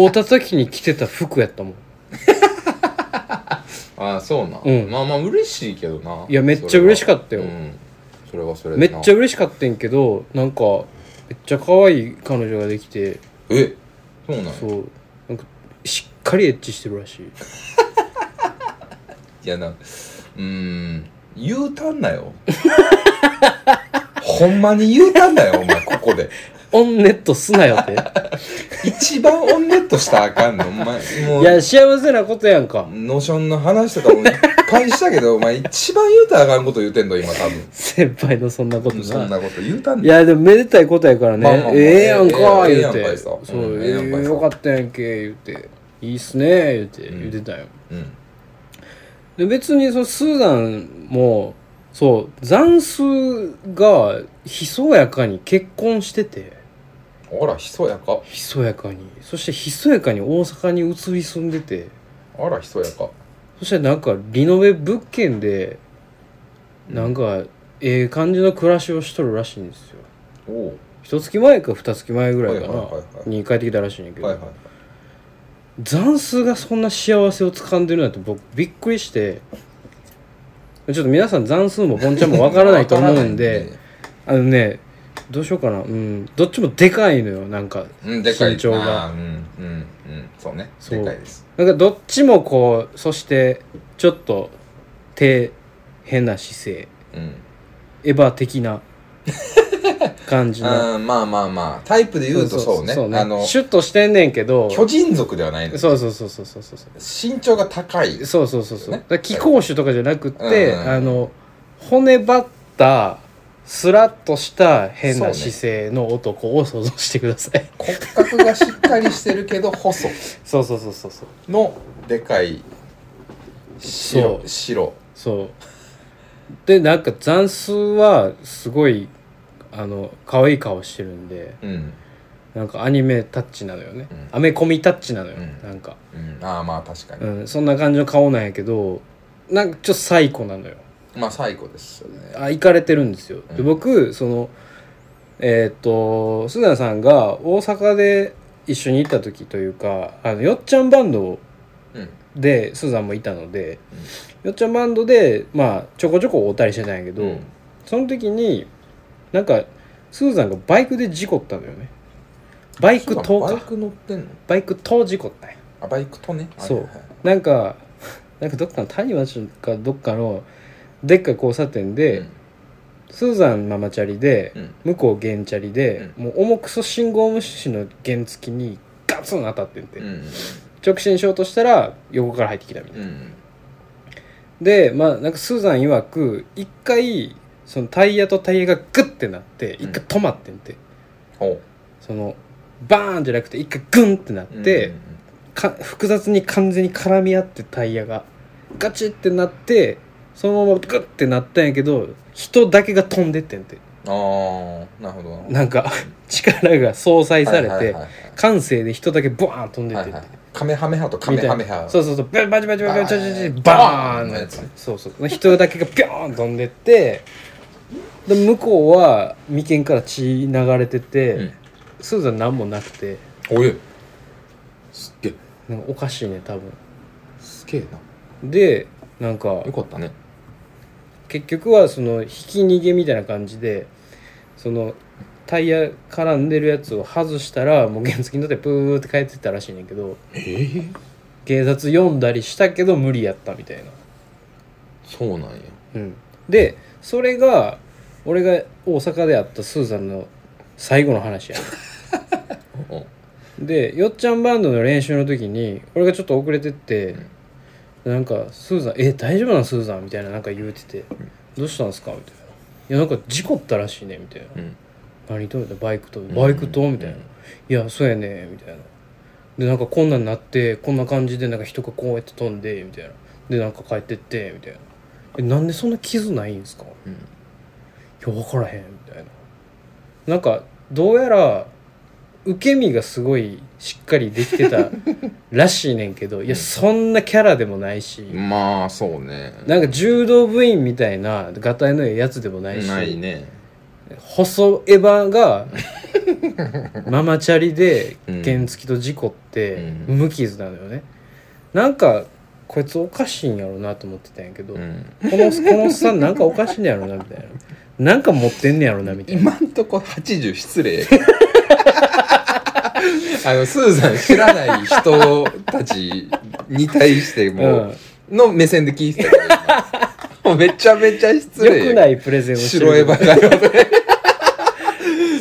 Speaker 1: うた時に着てた服やったもん
Speaker 2: ああそうな、
Speaker 1: うん
Speaker 2: まあまあ嬉しいけどない
Speaker 1: いやめっちゃ嬉しかったよ
Speaker 2: うん、それはそれ
Speaker 1: め
Speaker 2: でな
Speaker 1: っちゃ嬉しかったんけどなんかめっちゃ可愛い彼女ができて
Speaker 2: えそうなんや
Speaker 1: そうなんかしっかりエッチしてるらしい
Speaker 2: いやなうーん言うたんな よほんまに言うたんなよお前ここで
Speaker 1: オンネットすなよって
Speaker 2: 一番オンネットしたらあかんのお前も
Speaker 1: いうや幸せなことやんか
Speaker 2: ノーションの話とかもいっぱいしたけどお前一番言うたらあかんこと言うてんの今多分
Speaker 1: 先輩のそんなこと
Speaker 2: そん
Speaker 1: な
Speaker 2: なこと言うたん
Speaker 1: い
Speaker 2: なよ
Speaker 1: やでもめでたいことやからね、
Speaker 2: まあまあまあ
Speaker 1: ええやんかー
Speaker 2: ええ
Speaker 1: 言う
Speaker 2: ええやんか
Speaker 1: て
Speaker 2: いさ
Speaker 1: そううんええ
Speaker 2: ええやんかいさ
Speaker 1: よかったやんけ言うていいっすねー言うて、
Speaker 2: うん
Speaker 1: 言うてたよ
Speaker 2: うん
Speaker 1: で別にそのスーダンもそう残数がひそやかに結婚してて
Speaker 2: あらひそやか
Speaker 1: ひそやかにそしてひそやかに大阪に移り住んでて
Speaker 2: あらひそやか
Speaker 1: そしてなんかリノベ物件でなんかええ感じの暮らしをしとるらしいんですよ
Speaker 2: おお
Speaker 1: 一月前か二月前ぐらいかな、
Speaker 2: はいはいはいはい
Speaker 1: に帰ってきたらしいんやけど、
Speaker 2: はいはい
Speaker 1: 残数がそんな幸せを掴んでるなんて僕びっくりしてちょっと皆さん残数もボンちゃんもわからないと思うんで、あのねどうしようかなうんどっちもでかいのよなんか
Speaker 2: うんでかい
Speaker 1: 身長が
Speaker 2: あーうんうんうんそうね
Speaker 1: そう
Speaker 2: でかいです
Speaker 1: なんかどっちもこうそしてちょっと手変な姿勢
Speaker 2: うん
Speaker 1: エヴァ的な感じの
Speaker 2: うん まあまあまあタイプで言うとそうねあの
Speaker 1: シュッとしてんねんけど
Speaker 2: 巨人族ではないの
Speaker 1: そうそうそうそうそうそう
Speaker 2: 身長が高い
Speaker 1: そうそうそうそう
Speaker 2: ね
Speaker 1: だから貴公種とかじゃなくって、
Speaker 2: うんうん
Speaker 1: あの骨張ったスラッとした変
Speaker 2: そう
Speaker 1: な
Speaker 2: ね
Speaker 1: 姿勢の男を想像してください
Speaker 2: 骨格がしっかりしてるけど細
Speaker 1: そうそうそうそうそう
Speaker 2: のでかい白
Speaker 1: そう
Speaker 2: 白
Speaker 1: そうでなんか残数はすごいあの可愛い顔してるんで
Speaker 2: うん、
Speaker 1: なんかアニメタッチなのよね、
Speaker 2: うん
Speaker 1: アメコミタッチなのよ、
Speaker 2: うん
Speaker 1: なんか、
Speaker 2: うん、ああまあ確かに、
Speaker 1: うん、そんな感じの顔なんやけどなんかちょっとサイコなのよ
Speaker 2: まあ最高ですよね
Speaker 1: あ行かれてるんですよ、で
Speaker 2: うん
Speaker 1: 僕そのえーっと須田さんが大阪で一緒に行った時というかあのよっちゃんバンド
Speaker 2: うん
Speaker 1: で須田もいたので、よっちゃんバンドでまあちょこちょこおったりしてたんやけど、
Speaker 2: うん
Speaker 1: その時になんかスーザンがバイクで事故ったのよねバイク
Speaker 2: そう
Speaker 1: と
Speaker 2: かバイ
Speaker 1: か
Speaker 2: ク乗ってんの
Speaker 1: バイクと事故ったんよ
Speaker 2: あバイクとねはい
Speaker 1: そう
Speaker 2: はいはい
Speaker 1: なんか なんかどっかの谷町かどっかのでっかい交差点で、スーザンママチャリで、
Speaker 2: うん
Speaker 1: 向こうゲンチャリで、もう重くそ信号無視の原付きにガツン当たってんて、
Speaker 2: うんうん
Speaker 1: 直進しようとしたら横から入ってきたみたいな、
Speaker 2: うん
Speaker 1: でまあなんかスーザン曰く一回そのタイヤとタイヤがグッてなって
Speaker 2: うん
Speaker 1: 一回止まってんて、
Speaker 2: ほ
Speaker 1: そのバーンじゃなくて一回グンってなっ
Speaker 2: う
Speaker 1: て、か複雑に完全に絡み合ってタイヤがガチってなってそのままグッてなったんやけど人だけが飛んでってんて
Speaker 2: ああーなるほど
Speaker 1: なんか 力が相殺されて、
Speaker 2: はいはいはいはい
Speaker 1: 感性で人だけボーン飛んで
Speaker 2: は
Speaker 1: って
Speaker 2: い
Speaker 1: み
Speaker 2: はい、カメハメハとカメハ
Speaker 1: た
Speaker 2: メ
Speaker 1: い
Speaker 2: ハ
Speaker 1: なそうそうそうバチバチバチバチバチバチバ
Speaker 2: バ
Speaker 1: ー
Speaker 2: ー
Speaker 1: ン
Speaker 2: ン
Speaker 1: の
Speaker 2: の
Speaker 1: や
Speaker 2: や
Speaker 1: つ
Speaker 2: つ
Speaker 1: そうそう人だけがビョーン飛んでってで向こうは眉間から血流れてて、
Speaker 2: うん
Speaker 1: スーザン何もなくて
Speaker 2: おいすっげえ
Speaker 1: なんかおかしいね多分
Speaker 2: すげえな
Speaker 1: でなんか
Speaker 2: よかったね
Speaker 1: 結局はその引き逃げみたいな感じでそのタイヤ絡んでるやつを外したらもう原付に乗ってプーって帰ってったらしいねんけど
Speaker 2: ええ
Speaker 1: 警察読んだりしたけど無理やったみたいな
Speaker 2: そうなんや
Speaker 1: うん、でそれが俺が大阪で会ったスーザンの最後の話やね
Speaker 2: うん
Speaker 1: でよっちゃんバンドの練習の時に俺がちょっと遅れてって、なんかスーザン「え大丈夫なのスーザン」みたいななんか言うてて「どうしたんですか?」みたいな「いやなんか事故ったらしいね」みたいな
Speaker 2: うん
Speaker 1: 何とバイクとバイクとみたいな、いやそうやねみたいなでなんかこんなんなってこんな感じでなんか人がこうやって飛んでみたいなでなんか帰ってってみたいなえなんでそんな傷ないんですか
Speaker 2: うん
Speaker 1: いや分からへんみたいななんかどうやら受け身がすごいしっかりできてたらしいねんけ どいやそんなキャラでもないし、
Speaker 2: まあそうね
Speaker 1: なんか柔道部員みたいながたいのええやつでもないし
Speaker 2: ないね
Speaker 1: 細エヴァ がママチャリで
Speaker 2: うん
Speaker 1: 原付と事故って
Speaker 2: う
Speaker 1: 無傷なのよね、なんかこいつおかしいんやろなと思ってたんやけど、
Speaker 2: う
Speaker 1: こ
Speaker 2: ん
Speaker 1: のこのおっさんなんかおかしいんやろなみたいななんか持ってんねやろなみたいな
Speaker 2: 今んとこ80失礼 あのスーザン知らない人たちに対しても、の目線で聞いてたから今 めちゃめちゃ失
Speaker 1: 良
Speaker 2: 礼
Speaker 1: くないプレゼンをしてる
Speaker 2: 白エヴァ が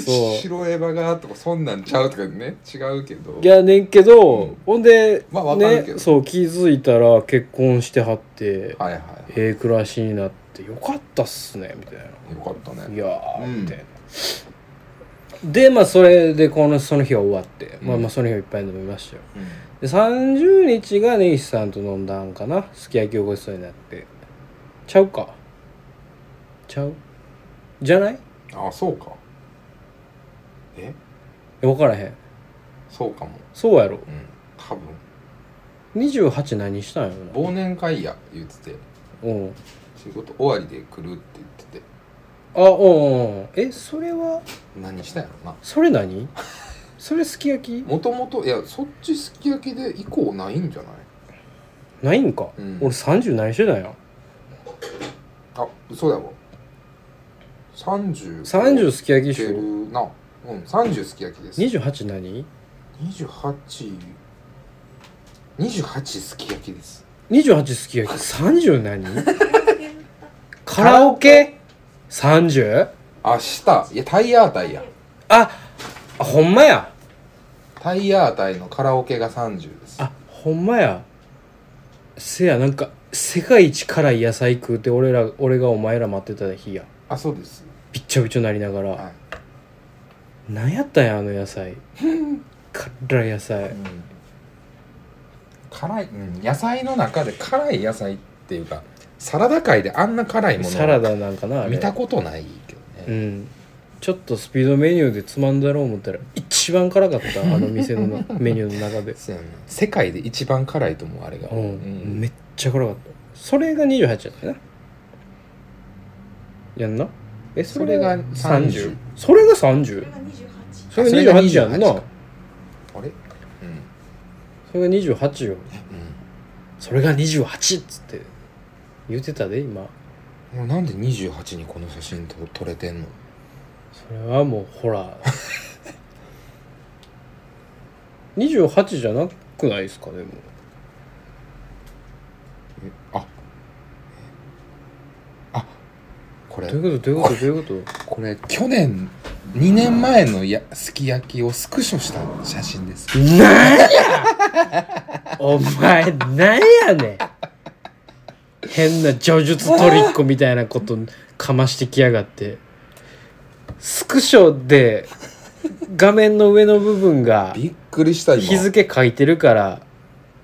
Speaker 1: そう
Speaker 2: 白エヴァがとかそんなんちゃうとかね違うけど
Speaker 1: いやねんけど、
Speaker 2: うん
Speaker 1: ほんで、
Speaker 2: まあわかるけど
Speaker 1: ね、そう気づいたら結婚してはって
Speaker 2: はいはい
Speaker 1: ええ暮らしになってよかったっすねみたいな
Speaker 2: よかった
Speaker 1: い
Speaker 2: ね
Speaker 1: やー、
Speaker 2: うん
Speaker 1: みたいなでまあそれでこのその日は終わって、まあ
Speaker 2: うん
Speaker 1: まあその日はいっぱい飲みましたよで30日が根岸さんと飲んだんかなすき焼きをごちそうになってちゃうかちゃうじゃない
Speaker 2: うんあそうかえ
Speaker 1: 分からへん
Speaker 2: そうかも
Speaker 1: そうやろ
Speaker 2: うん多分
Speaker 1: 28何したんやろな
Speaker 2: 忘年会や言ってて
Speaker 1: うん
Speaker 2: 仕事終わりで来るって言ってて
Speaker 1: あうんうんえそれは
Speaker 2: 何したんやろな
Speaker 1: それ何それすき焼き
Speaker 2: もともといやそっちすき焼きで以降ないんじゃな
Speaker 1: な
Speaker 2: い
Speaker 1: いんか、
Speaker 2: うん
Speaker 1: 俺30何してたんや
Speaker 2: あ嘘だわ30
Speaker 1: 30すき焼き
Speaker 2: い
Speaker 1: で
Speaker 2: け
Speaker 1: しょ
Speaker 2: るなうん30すき焼きです
Speaker 1: 28何
Speaker 2: 2828すき焼きです
Speaker 1: 28すき焼き30何 カラオケ 30?
Speaker 2: 明日いやタイヤータイや
Speaker 1: ああほんまや
Speaker 2: タイヤータイのカラオケが30です
Speaker 1: あほんまやせやなんか世界一辛い野菜食うて俺ら俺がお前ら待ってた日や
Speaker 2: あそうです
Speaker 1: びっちょびちょなりながら、
Speaker 2: はい
Speaker 1: なんやったんやあの野 菜辛い野菜
Speaker 2: 辛い、うん、野菜の中で辛い野菜っていうかサラダ界であんな辛いもの
Speaker 1: サラダなんかなあれ
Speaker 2: 見たことないけど
Speaker 1: う
Speaker 2: ね、
Speaker 1: んちょっとスピードメニューでつまんだろう思ったら一番辛か ったあの店のなメニューの中で
Speaker 2: そうやな世界で一番辛いと思うあれが、
Speaker 1: うん、
Speaker 2: うん
Speaker 1: めっちゃ辛かったそれが28やったよなやんなえそれが
Speaker 2: それが
Speaker 1: 30それが 30? それが28やんな
Speaker 2: あそれが28かあれう
Speaker 1: それが28よ
Speaker 2: ん、
Speaker 1: それが28っつって言ってたで今
Speaker 2: うん、もうなんで28にこの写真と撮れてんの
Speaker 1: それはもうホラー 28じゃなくないですかでも
Speaker 2: えああこれ
Speaker 1: どういうことどういうことどういうこと
Speaker 2: これ去年2年前のやすき焼きをスクショした写真です
Speaker 1: なんやお前なんやねん変な叙述トリックみたいなことかましてきやがってスクショで画面の上の部分が
Speaker 2: びっくりした今
Speaker 1: 日付書いてるから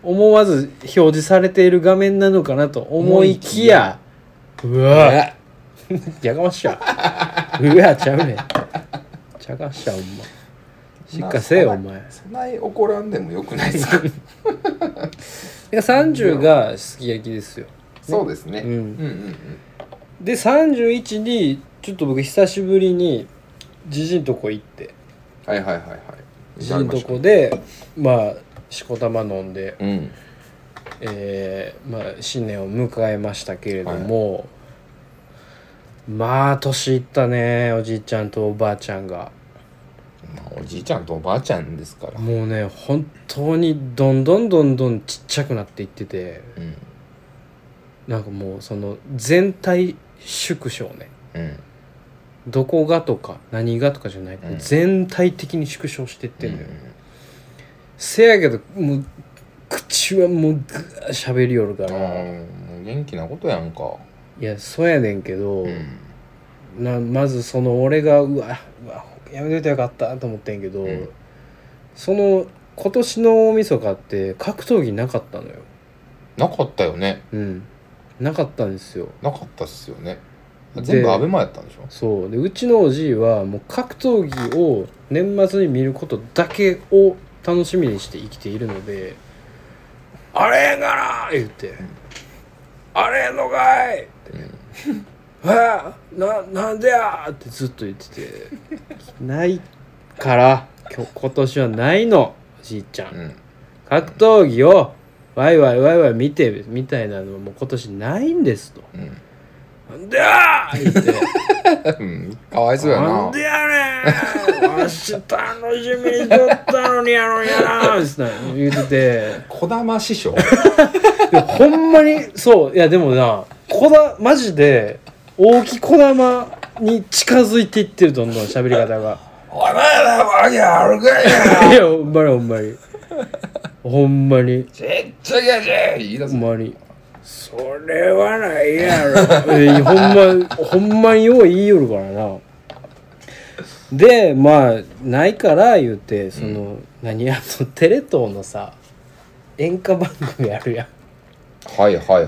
Speaker 1: 思わず表示されている画面なのかなと思いきやうわ
Speaker 2: え
Speaker 1: やかまし やうわちゃうねんちゃかしやほんましっかせえよお前
Speaker 2: そない怒らんでもよくないですか
Speaker 1: いや30がすき焼きですよ
Speaker 2: そうですね、
Speaker 1: うん
Speaker 2: うんうん
Speaker 1: で31にちょっと僕久しぶりにじじんとこ行って
Speaker 2: はいはいはいはい
Speaker 1: じじんとこでまあしこたま飲んで、
Speaker 2: うん
Speaker 1: えーまあ、新年を迎えましたけれども、まあ年いったねおじいちゃんとおばあちゃんが
Speaker 2: まあおじいちゃんとおばあちゃんですから
Speaker 1: もうね本当にどんどんどんどんちっちゃくなっていってて
Speaker 2: うん
Speaker 1: なんかもうその全体縮小ね
Speaker 2: うん
Speaker 1: どこがとか何がとかじゃない、
Speaker 2: うん
Speaker 1: 全体的に縮小してって
Speaker 2: うん
Speaker 1: のよ、せやけどもう口はもうぐー喋りよるから、
Speaker 2: ん元気なことやんか
Speaker 1: いやそうやねんけど、
Speaker 2: うん
Speaker 1: なまずその俺がうわうわやめといてよかったと思ってんけど、
Speaker 2: うん
Speaker 1: その今年の大晦日って格闘技なかったのよ
Speaker 2: なかったよね
Speaker 1: うんなかったんですよ
Speaker 2: なかったっすよね
Speaker 1: で
Speaker 2: 全部アベマやったんでしょ
Speaker 1: そうでうちのおじいはもう格闘技を年末に見ることだけを楽しみにして生きているので「あれへんがな!」言って「あれへんのかい!」って「えーななんでや!」ってずっと言っててないから今日今年はないのおじいちゃ
Speaker 2: うんん
Speaker 1: 格闘技をワイワイワイワイ見てみたいなのはもう今年ないんですと
Speaker 2: うん
Speaker 1: 「なんでや!」言って。
Speaker 2: うんかわいそうや
Speaker 1: な
Speaker 2: なん
Speaker 1: でやねんわし楽しみにしとったのにやのにやなみたいな言うてて
Speaker 2: 児玉 師匠
Speaker 1: いやほんまにそういやでもなこだマジで大木こだまに近づいていってるどんどん喋り方が
Speaker 2: お前らわけあるかい
Speaker 1: いやほんまにほんまにほんまに
Speaker 2: ちっちゃいやじ言い出
Speaker 1: ほ
Speaker 2: す
Speaker 1: んまにそれはないやろ えーほんまほんまによう言いよるからなでまあないから言うてその、何あのテレ東のさ演歌番組あるやん、
Speaker 2: はいはいはいはい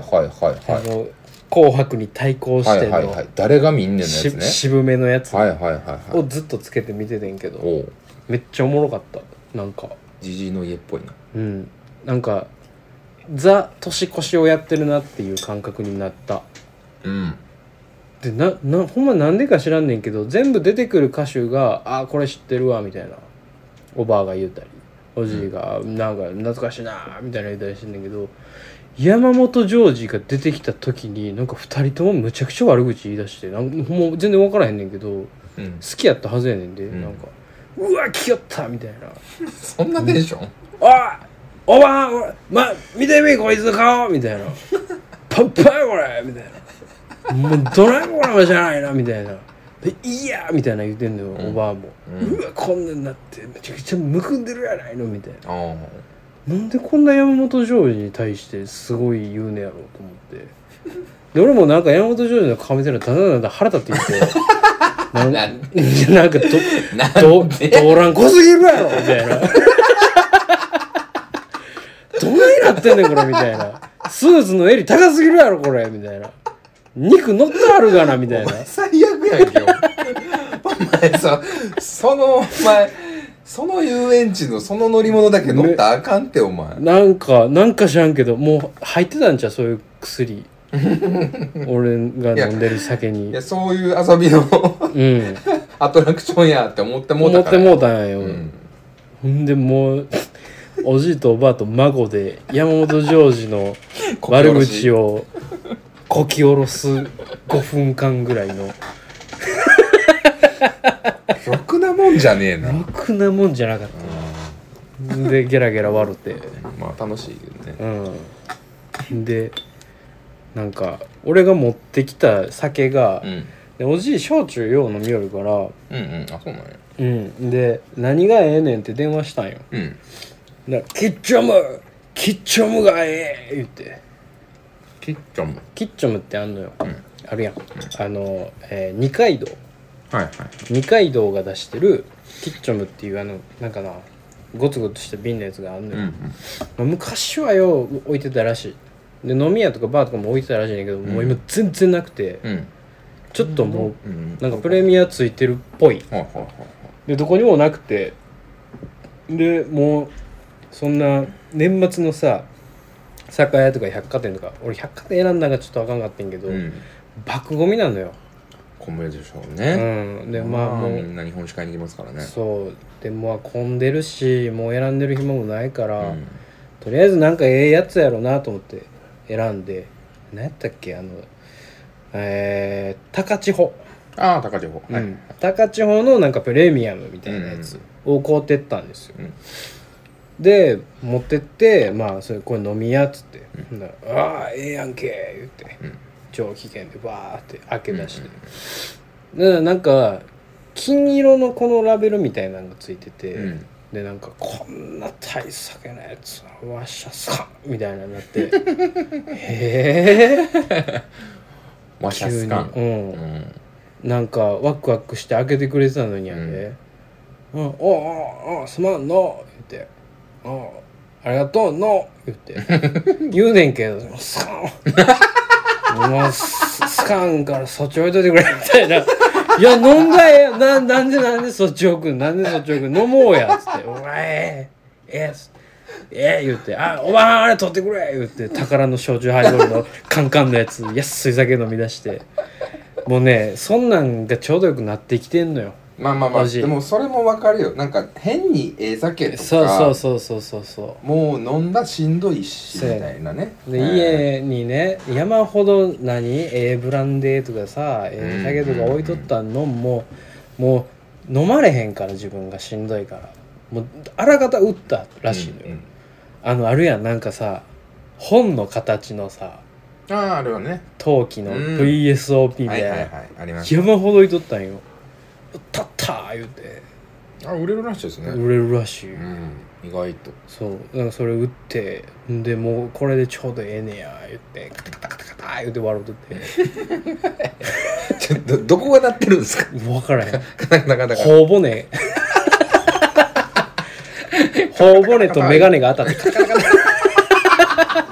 Speaker 1: あ
Speaker 2: はい
Speaker 1: の「紅白」に対抗し
Speaker 2: は
Speaker 1: て
Speaker 2: い
Speaker 1: の、
Speaker 2: はいはい誰が見んねんのやつ
Speaker 1: し
Speaker 2: ね
Speaker 1: 渋めのやつ
Speaker 2: はいはいはいは
Speaker 1: を
Speaker 2: い
Speaker 1: ずっとつけて見ててんけど
Speaker 2: おう
Speaker 1: めっちゃおもろかったなんか
Speaker 2: じじいの家っぽいな
Speaker 1: うんなんかザ年越しをやってるなっていう感覚になった
Speaker 2: うん
Speaker 1: でななほんまなんでか知らんねんけど全部出てくる歌手が「あーこれ知ってるわ」みたいなおばあが言うたりおじいが「なんか懐かしいな」みたいな言うたりしてんねんけど山本ジョージが出てきた時になんか2人ともむちゃくちゃ悪口言い出してなんもう全然分からへんねんけど好
Speaker 2: うん
Speaker 1: きやったはずやねんで、
Speaker 2: ん
Speaker 1: なんか「うわ来よった!」みたいな
Speaker 2: そんなテンション
Speaker 1: おいおばんおま見てみこいつの顔み たいなパッパやこれみたいなもうドラえもんかもしれないなみたいなでいいやみたいな言ってんのよ、おばあも、う
Speaker 2: うん
Speaker 1: わこんなんなってめちゃくちゃむくんでるやないのみたい
Speaker 2: あ
Speaker 1: ななんでこんな山本譲二に対してすごい言うねやろうと思ってで俺もなんか山本譲二の顔見てるのだんだんだんだん腹立 ってきてな
Speaker 2: あ
Speaker 1: ん
Speaker 2: なん
Speaker 1: なんかど
Speaker 2: なん
Speaker 1: ど動乱濃すぎるやろみたいなどないなってんねんこれみたいなスーツの襟高すぎるやろこれみたいな肉乗ってあるがなみたい
Speaker 2: お
Speaker 1: な
Speaker 2: 前最悪やんけよお前さそのお前その遊園地のその乗り物だけ乗ったらあかんってお前
Speaker 1: なんかなんか知らんけどもう入ってたんちゃうそういう 薬俺が飲んでる酒
Speaker 2: い
Speaker 1: に
Speaker 2: やそういう遊びの
Speaker 1: うん
Speaker 2: アトラクションやって思ってもう
Speaker 1: 思
Speaker 2: た
Speaker 1: っ
Speaker 2: から
Speaker 1: てもうたんやよ、
Speaker 2: うん
Speaker 1: ほんでもうおじいとおばあと孫で山本譲二の
Speaker 2: こき下
Speaker 1: 悪
Speaker 2: ろし
Speaker 1: 口をこき下ろす5分間ぐらいの
Speaker 2: ろくなもんじゃねえな
Speaker 1: ろくなもんじゃなかったでゲラゲラ笑って
Speaker 2: まあ楽しいけどね
Speaker 1: うんでなんか俺が持ってきた酒が
Speaker 2: う、ん
Speaker 1: でおじい焼酎よう飲みよるから
Speaker 2: うんうんあそうなんや
Speaker 1: うんで何がええねんって電話したんよ
Speaker 2: うん
Speaker 1: だからキッチョムキッチョムがええ言って
Speaker 2: キッチョンも
Speaker 1: キッチョムってあんのよ、
Speaker 2: ん
Speaker 1: あるやんあの、えー二階堂
Speaker 2: はいはい
Speaker 1: 二階堂が出してるキッチョムっていうあのなんかなゴツゴツした瓶のやつがあんのよ、
Speaker 2: うんうん
Speaker 1: まあ昔はよ置いてたらしいで飲み屋とかバーとかも置いてたらしいんだけど、もう今全然なくて、
Speaker 2: うん
Speaker 1: ちょっとも
Speaker 2: うんうん
Speaker 1: うなんかプレミアついてるっぽい
Speaker 2: はいはいはい
Speaker 1: でどこにもなくてでもうそんな年末のさ酒屋とか百貨店とか俺百貨店選んだんがちょっとあかんかったんけど、
Speaker 2: はいうん
Speaker 1: 爆ゴミなのよ、
Speaker 2: 小村でしょう
Speaker 1: う
Speaker 2: ね
Speaker 1: ん、でまあもう、
Speaker 2: みんな日本酒買いに行きますからね
Speaker 1: そうでも混んでるしもう選んでる暇もないから、
Speaker 2: うん
Speaker 1: とりあえずなんかええやつやろなと思って選んで何やったっけあのえー、高千穂、
Speaker 2: ああ高千穂はい
Speaker 1: うん高千穂のなんかプレミアムみたいなやつを買うてったんですよ、
Speaker 2: うん
Speaker 1: で持ってってまあそれこれ飲みやっつって「ほんならああええやんけ」言って、
Speaker 2: うん
Speaker 1: 上機嫌でバーって開け出して、でなんか金色のこのラベルみたいなのがついてて、
Speaker 2: うん
Speaker 1: でなんかこんな大酒なやつはわしゃさんみたいなのになって へえ
Speaker 2: ワシャ
Speaker 1: 急
Speaker 2: ス
Speaker 1: に
Speaker 2: カン
Speaker 1: う
Speaker 2: うん
Speaker 1: んなんかワクワクして開けてくれてたのにやで、
Speaker 2: う
Speaker 1: う
Speaker 2: ん
Speaker 1: ん、おうおうおうすまんの」言って「おうありがとうの」言って 言うねんけど「スカン」もうススカンからそっち置いといてくれみたいな「いや飲んだらええやんななんでなんでそっち置くんなんでそっち置くん飲もうや」っつって「お前ええええっすええ言って「あおばあんあれ取ってくれ」言って宝の焼酎ハイボールのカンカンのやつ安い酒飲み出してもうねそんなんがちょうどよくなってきてんのよ
Speaker 2: まあまあまあ
Speaker 1: マジ
Speaker 2: でもそれもわかるよなんか変にええ酒とか
Speaker 1: そうそうそうそうそうそ
Speaker 2: もう飲んだしんどいし
Speaker 1: そうや
Speaker 2: みたいなね
Speaker 1: うで家にね山ほど何ええブランデーとかさええ酒とか置いとったのももう飲まれへんから自分がしんどいからもうあらかた打ったらしいのよ、
Speaker 2: うんうん
Speaker 1: あのあるやんなんかさ本の形のさ
Speaker 2: あああれはね
Speaker 1: 陶器の
Speaker 2: うん
Speaker 1: VSOP み
Speaker 2: は
Speaker 1: たい
Speaker 2: い
Speaker 1: な
Speaker 2: はいはいあります
Speaker 1: 山ほど置いとったんよ「打ったった!」言うて
Speaker 2: あ売れるらしいですね
Speaker 1: 売れるらしい、
Speaker 2: うん意外と
Speaker 1: そうだからそれ打ってんでもうこれでちょうどええねや言ってカタカタカタカタ言って笑うとって
Speaker 2: ちょっとどこがなってるんですか
Speaker 1: 分からへん
Speaker 2: なかなか
Speaker 1: 頬骨頬骨と眼鏡が当たってカタカタカタカタカタカ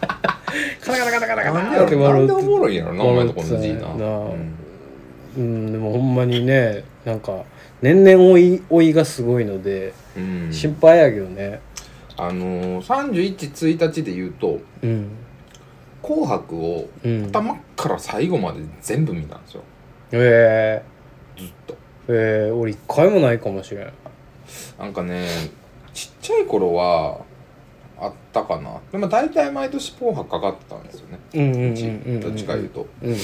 Speaker 1: タカタカ
Speaker 2: なんで
Speaker 1: タ
Speaker 2: や
Speaker 1: って
Speaker 2: ろな
Speaker 1: 笑
Speaker 2: ん
Speaker 1: う
Speaker 2: でお
Speaker 1: とって
Speaker 2: もろいんやろなお前のとこのじいな
Speaker 1: なあ
Speaker 2: うん
Speaker 1: うんでもほんまにねなんか年々老い老いがすごいので
Speaker 2: うん
Speaker 1: 心配やけどね
Speaker 2: あのー、311日で言うと
Speaker 1: うん
Speaker 2: 「紅白」を
Speaker 1: うん
Speaker 2: 頭から最後まで全部見たんですよ
Speaker 1: え
Speaker 2: ずっと
Speaker 1: ー、えー、俺一回もないかもしれん
Speaker 2: なんかねちっちゃい頃はあったかなでも大体毎年「紅白」かかったんですよね
Speaker 1: うんうんうん
Speaker 2: うち
Speaker 1: うんうん
Speaker 2: どっちか言うと
Speaker 1: うんうん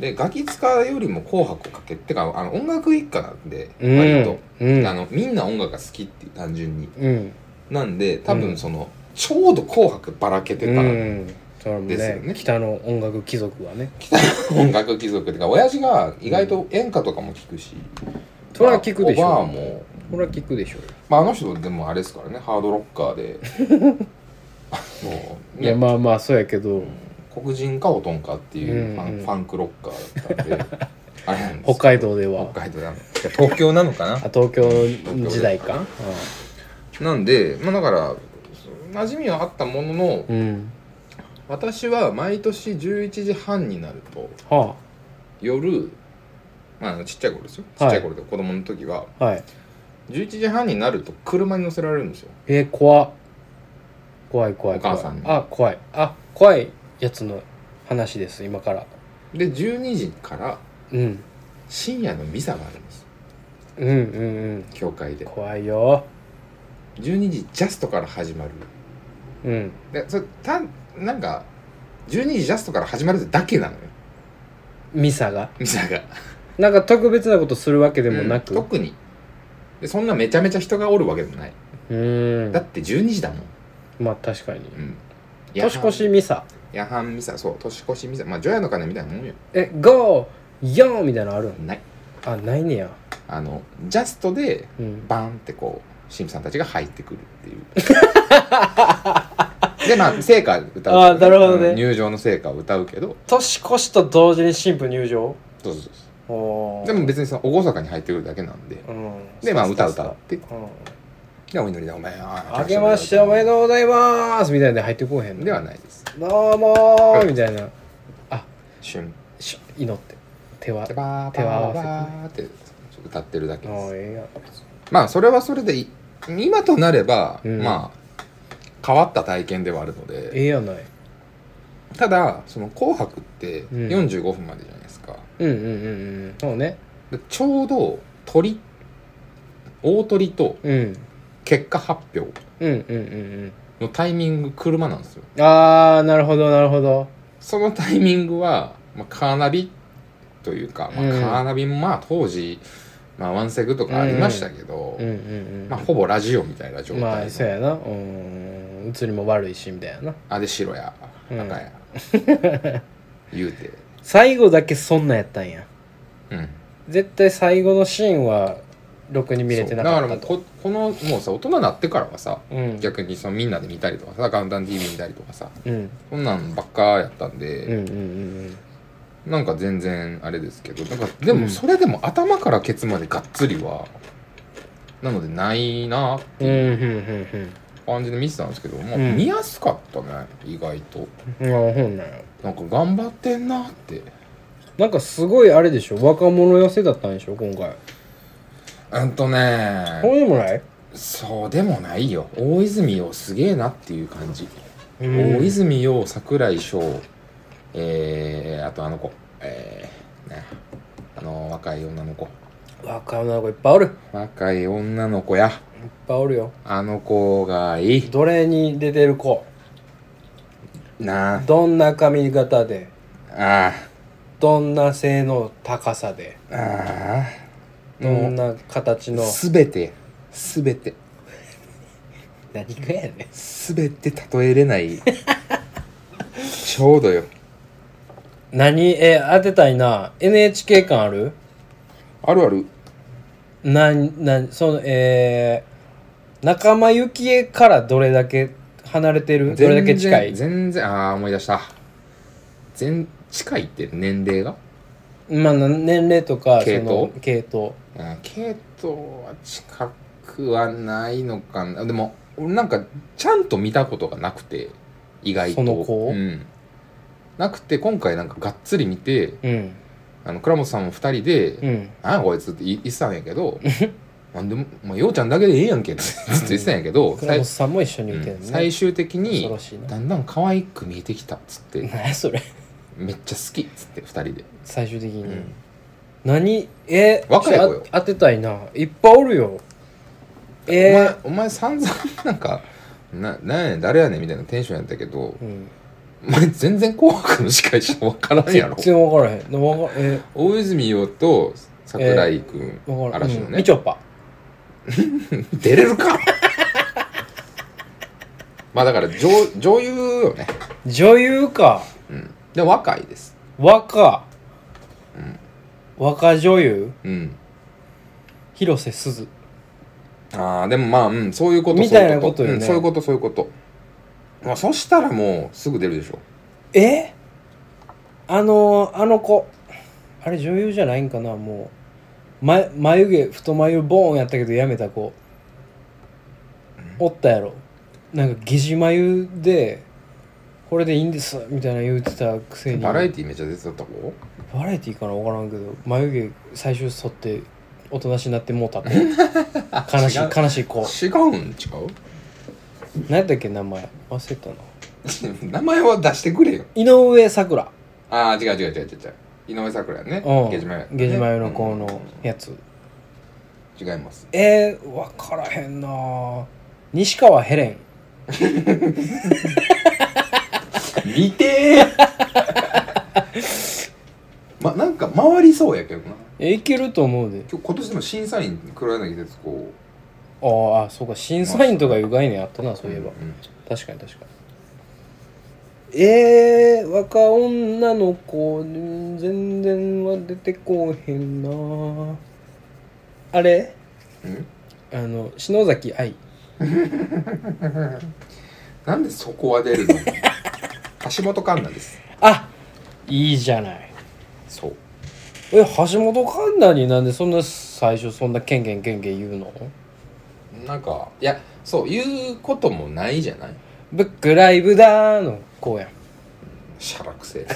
Speaker 2: でガキ使よりも「紅白」かけってかあの音楽一家なんで
Speaker 1: うん
Speaker 2: 割と、
Speaker 1: うん
Speaker 2: あのみんな音楽が好きっていう単純に
Speaker 1: うん
Speaker 2: なんで多分その、ちょうど「紅白」ばらけてた、
Speaker 1: うんそれもね
Speaker 2: ですよね
Speaker 1: 北の音楽貴族はね
Speaker 2: 音楽貴族ってか親父が意外と演歌とかも聞くし、
Speaker 1: それは聞くでしょ
Speaker 2: まあおばあも、
Speaker 1: それは聞くでしょうよ
Speaker 2: まあ、あの人でもあれですからねハードロッカーで あの
Speaker 1: いや
Speaker 2: ね
Speaker 1: まあまあそうやけど
Speaker 2: 黒人かおとんかっていうファン,、
Speaker 1: うんうん
Speaker 2: ファンクロッカーだったん であれなんです
Speaker 1: 北海道で
Speaker 2: 北
Speaker 1: は
Speaker 2: 海道なのいや東京なのか
Speaker 1: あ
Speaker 2: な
Speaker 1: 東京時代か
Speaker 2: なんでまあだから馴染みはあったものの、
Speaker 1: うんうん
Speaker 2: 私は毎年11時半になると
Speaker 1: は
Speaker 2: 夜まあちっちゃい頃ですよち
Speaker 1: はい
Speaker 2: っちゃい頃で子供の時は、
Speaker 1: あはい
Speaker 2: 11時半になると車に乗せられるんですよ
Speaker 1: えー、怖っ怖い怖い怖い
Speaker 2: お母さんに
Speaker 1: あ怖いあ怖いやつの話です今から
Speaker 2: で12時から
Speaker 1: うん
Speaker 2: 深夜のミサがあるんです
Speaker 1: うんうんうん
Speaker 2: 教会で
Speaker 1: 怖いよ
Speaker 2: 12時ジャストから始まる
Speaker 1: うん
Speaker 2: でそれたなんか12時ジャストから始まるだけなのよ
Speaker 1: ミサが
Speaker 2: ミサが
Speaker 1: なんか特別なことするわけでもな
Speaker 2: う
Speaker 1: く
Speaker 2: ん特にでそんなめちゃめちゃ人がおるわけでもない、
Speaker 1: うん
Speaker 2: だって12時だもん、
Speaker 1: まあ確かに
Speaker 2: うん、
Speaker 1: 年越しミサ
Speaker 2: 夜半ミサそう年越しミサまあ除夜の鐘みたいなもんよ
Speaker 1: えゴーヨーみたいなのあるん
Speaker 2: ない
Speaker 1: あないねや
Speaker 2: あのジャストで
Speaker 1: うん
Speaker 2: バーンってこう神父さんたちが入ってくるっていう でまあ聖歌歌うけどね、
Speaker 1: あーなるほどね
Speaker 2: うん入場の聖歌を歌うけど
Speaker 1: 年越しと同時に神父入場
Speaker 2: そうそうそう
Speaker 1: おー
Speaker 2: でも別にその厳かに入ってくるだけなんで
Speaker 1: うん
Speaker 2: でまあ
Speaker 1: そうそ
Speaker 2: 歌
Speaker 1: うそう
Speaker 2: 歌って
Speaker 1: うん
Speaker 2: でお祈りだお前あ
Speaker 1: あけましておめでとうございますみたいな入ってこうへん
Speaker 2: ではないです
Speaker 1: どうもーみたいな
Speaker 2: 旬
Speaker 1: し祈って手は
Speaker 2: 手は
Speaker 1: 手を合わせてね
Speaker 2: せて歌ってるだけ
Speaker 1: ああ
Speaker 2: です
Speaker 1: ええ
Speaker 2: まあそれはそれでい今となれば、
Speaker 1: うん
Speaker 2: まあ変わった体験ではあるの
Speaker 1: やん
Speaker 2: で
Speaker 1: ええやない
Speaker 2: ただその「紅白」って
Speaker 1: うん
Speaker 2: 45分までじゃないですか、
Speaker 1: うんうんうんうんそうね
Speaker 2: でちょうど鳥大鳥と
Speaker 1: うん
Speaker 2: 結果発表
Speaker 1: うんうんうん
Speaker 2: のタイミング車なんですよ
Speaker 1: うんああなるほどなるほど
Speaker 2: そのタイミングは、まあ、カーナビというか、まあ、
Speaker 1: うん
Speaker 2: カーナビもまあ当時、まあ、ワンセグとかありましたけど、
Speaker 1: うんうんうん
Speaker 2: まあ、ほぼラジオみたいな状態の、
Speaker 1: まあそうやなうん映りも悪いしみたいなな
Speaker 2: あで白や
Speaker 1: う
Speaker 2: 赤
Speaker 1: ん
Speaker 2: や、言うて、
Speaker 1: 最後だけそんなんやったんや
Speaker 2: うん、
Speaker 1: 絶対最後のシーンはろくに見れてな
Speaker 2: そうだ
Speaker 1: か
Speaker 2: から
Speaker 1: った
Speaker 2: もう
Speaker 1: と
Speaker 2: ここのもうさ大人になってからはさ
Speaker 1: うん
Speaker 2: 逆にそのみんなで見たりとかさ「ガンダン TV」見たりとかさ
Speaker 1: うん
Speaker 2: そんなんばっかやったんで、
Speaker 1: うんうんうんうん
Speaker 2: なんか全然あれですけどなんかでもそれでも頭からケツまでがっつりは、なのでないな
Speaker 1: うんうんうん
Speaker 2: 感じで見てたんですけど、まあ、
Speaker 1: うん
Speaker 2: 見やすかったね意外と
Speaker 1: うんああほんなんや
Speaker 2: なんか頑張ってんなって
Speaker 1: なんかすごいあれでしょ若者寄せだったんでしょ今回
Speaker 2: うんと
Speaker 1: そう
Speaker 2: ね
Speaker 1: でもない
Speaker 2: そうでもないよ大泉洋すげえなっていう感じ、大
Speaker 1: 泉
Speaker 2: 泉洋櫻井翔えー、あとあの子えー、ねあの若い女の子
Speaker 1: 若女の子いっぱいおるいっ
Speaker 2: 若い女の子や
Speaker 1: ぱいおるよ
Speaker 2: あの子がいい
Speaker 1: どれに出てる子
Speaker 2: なあ
Speaker 1: どんな髪型で
Speaker 2: あ
Speaker 1: どんな性の高さで
Speaker 2: あああ
Speaker 1: どんな形の
Speaker 2: すべてすべて
Speaker 1: 何がやね
Speaker 2: すべて例えれない ちょうどよ
Speaker 1: ん何え当てたいな NHK 感ある
Speaker 2: あるある
Speaker 1: なんなんそのえー、仲間由紀恵からどれだけ離れてるどれだけ近い
Speaker 2: 全然ああ思い出した全近いって年齢が
Speaker 1: まあな年齢とか
Speaker 2: 系統
Speaker 1: その系統
Speaker 2: あー系統は近くはないのかなでも俺なんかちゃんと見たことがなくて意外と
Speaker 1: その子
Speaker 2: うん、なくて今回なんかがっつり見て
Speaker 1: うん
Speaker 2: あの倉本さんも2人で「
Speaker 1: うん
Speaker 2: ああこいつ」って言ってたんや けど「なんでも、まあ、ようちゃんだけでええやんけ」ってずっと言ってたんやけど、
Speaker 1: 倉本さんも一緒に見てる
Speaker 2: うん
Speaker 1: ね
Speaker 2: 最終的に
Speaker 1: 恐ろしいな
Speaker 2: だんだん可愛く見えてきたっつって
Speaker 1: 何やそれ
Speaker 2: めっちゃ好きっつって2人で、
Speaker 1: 最終的に、
Speaker 2: うん
Speaker 1: 何え
Speaker 2: 若い子よ
Speaker 1: ちょあ当てたいないっぱいおるよえー
Speaker 2: お前お前散々なんかななんやねん誰やねんみたいなテンションやったけど
Speaker 1: うん、
Speaker 2: お前全然「紅白」の司会者分からんや ろ
Speaker 1: 全然分からへんなわかえ
Speaker 2: 大泉洋と桜井君、
Speaker 1: ー、分からへ
Speaker 2: 嵐
Speaker 1: ん、
Speaker 2: の
Speaker 1: うん、
Speaker 2: ね
Speaker 1: みちょぱ
Speaker 2: 出れるか まあだから女女優よね
Speaker 1: 女優か
Speaker 2: うんで若いです
Speaker 1: 若、若女優
Speaker 2: うん
Speaker 1: 広瀬すず
Speaker 2: ああでもまあうんそういうこと
Speaker 1: みたいなことよね
Speaker 2: そういうことうんそういうことそういうことまあそしたらもうすぐ出るでしょ
Speaker 1: えあのあの子あれ女優じゃないんかなもう、ま、眉毛太眉ボーンやったけどやめた子おったやろなんか疑似眉でこれでいいんですみたいな言うてたくせに
Speaker 2: バラエティーめっちゃ出てたとこ
Speaker 1: バラエティーかな分からんけど眉毛最終剃っておとなしになってもう た子悲しい
Speaker 2: 違う
Speaker 1: 悲しい子
Speaker 2: 違うん違う
Speaker 1: 何やったっけ名前忘れたな
Speaker 2: 名前は出してくれよ
Speaker 1: 井上咲楽
Speaker 2: ああ違う違う違う違う違う井上咲楽やね
Speaker 1: うん
Speaker 2: ゲジマヨやね
Speaker 1: ゲジマヨの子のやつ、
Speaker 2: うん違います
Speaker 1: えー、分からへんなぁ西川ヘレン
Speaker 2: 見てー まなんか回りそうやけどな
Speaker 1: えいけると思うで
Speaker 2: 今日今年でも審査員黒柳徹子
Speaker 1: あーあそうか審査員とかいう概念あったなそういえば、
Speaker 2: ん
Speaker 1: 確かに確かにえー、若女の子うん全然は出てこへんなぁあれ
Speaker 2: うん
Speaker 1: あの篠崎愛
Speaker 2: なんでそこは出るの 橋本環奈です
Speaker 1: あいいじゃない
Speaker 2: そう
Speaker 1: え橋本環奈になんでそんな最初そんなケンケンケンケン言うの
Speaker 2: なんかいやそういうこともないじゃない
Speaker 1: ブックライブだーの子やん
Speaker 2: しゃら くせえ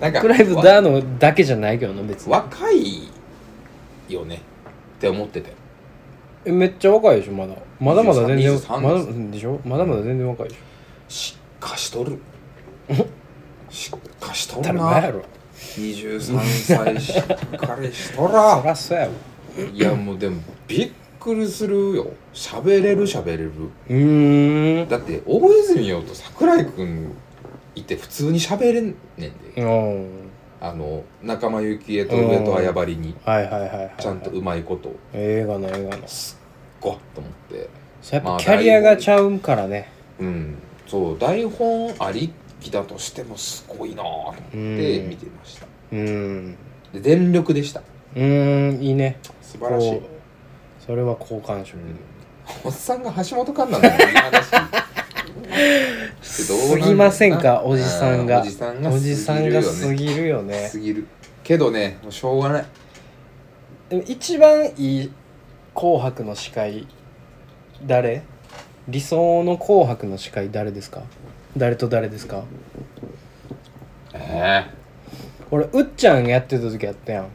Speaker 2: な
Speaker 1: ブ
Speaker 2: んか
Speaker 1: ックライブだーのだけじゃないけどな別に
Speaker 2: わ若いよねって思ってたよ
Speaker 1: えめっちゃ若いでしょまだまだまだ全然
Speaker 2: 23
Speaker 1: まだでしょまだまだ全然若いでしょ
Speaker 2: しっかしと るしっかしと
Speaker 1: 当た
Speaker 2: る
Speaker 1: り前や
Speaker 2: な
Speaker 1: ろ
Speaker 2: 23歳しっかりしと
Speaker 1: そ
Speaker 2: ら
Speaker 1: らそうやわ
Speaker 2: いやもうでもびっくりするよ喋れる喋れる
Speaker 1: うーん
Speaker 2: だって大泉洋と桜井君いて普通に喋れんねんで
Speaker 1: うん
Speaker 2: あの仲間由紀恵と上戸彩張りに
Speaker 1: はいはいはいはい
Speaker 2: ちゃんとうまいことを
Speaker 1: 映画の映画の
Speaker 2: すっごっと思って
Speaker 1: そうやっ
Speaker 2: ま
Speaker 1: ぱ
Speaker 2: あ
Speaker 1: キャリアがちゃうんからね
Speaker 2: うんそう台本ありきだとしてもすごいなぁと思っ
Speaker 1: う
Speaker 2: て
Speaker 1: ん
Speaker 2: 見てました
Speaker 1: うん
Speaker 2: で全力でした
Speaker 1: うーんいいね
Speaker 2: 素晴らしい、う
Speaker 1: こうそれは好感触
Speaker 2: ん、おっさんが橋本環奈のいい話ってどうなん
Speaker 1: す
Speaker 2: だろうな
Speaker 1: ぎませんかおじさん
Speaker 2: あ
Speaker 1: が
Speaker 2: ーおじさんが
Speaker 1: おじさんが
Speaker 2: す
Speaker 1: す
Speaker 2: ぎる
Speaker 1: ぎるよ
Speaker 2: よね
Speaker 1: ね
Speaker 2: すぎるけどねもうしょうがない
Speaker 1: でも一番いい「紅白」の司会誰理想の「紅白」の司会誰ですか誰と誰ですか
Speaker 2: え
Speaker 1: 俺うっちゃんやってた時あったやん
Speaker 2: え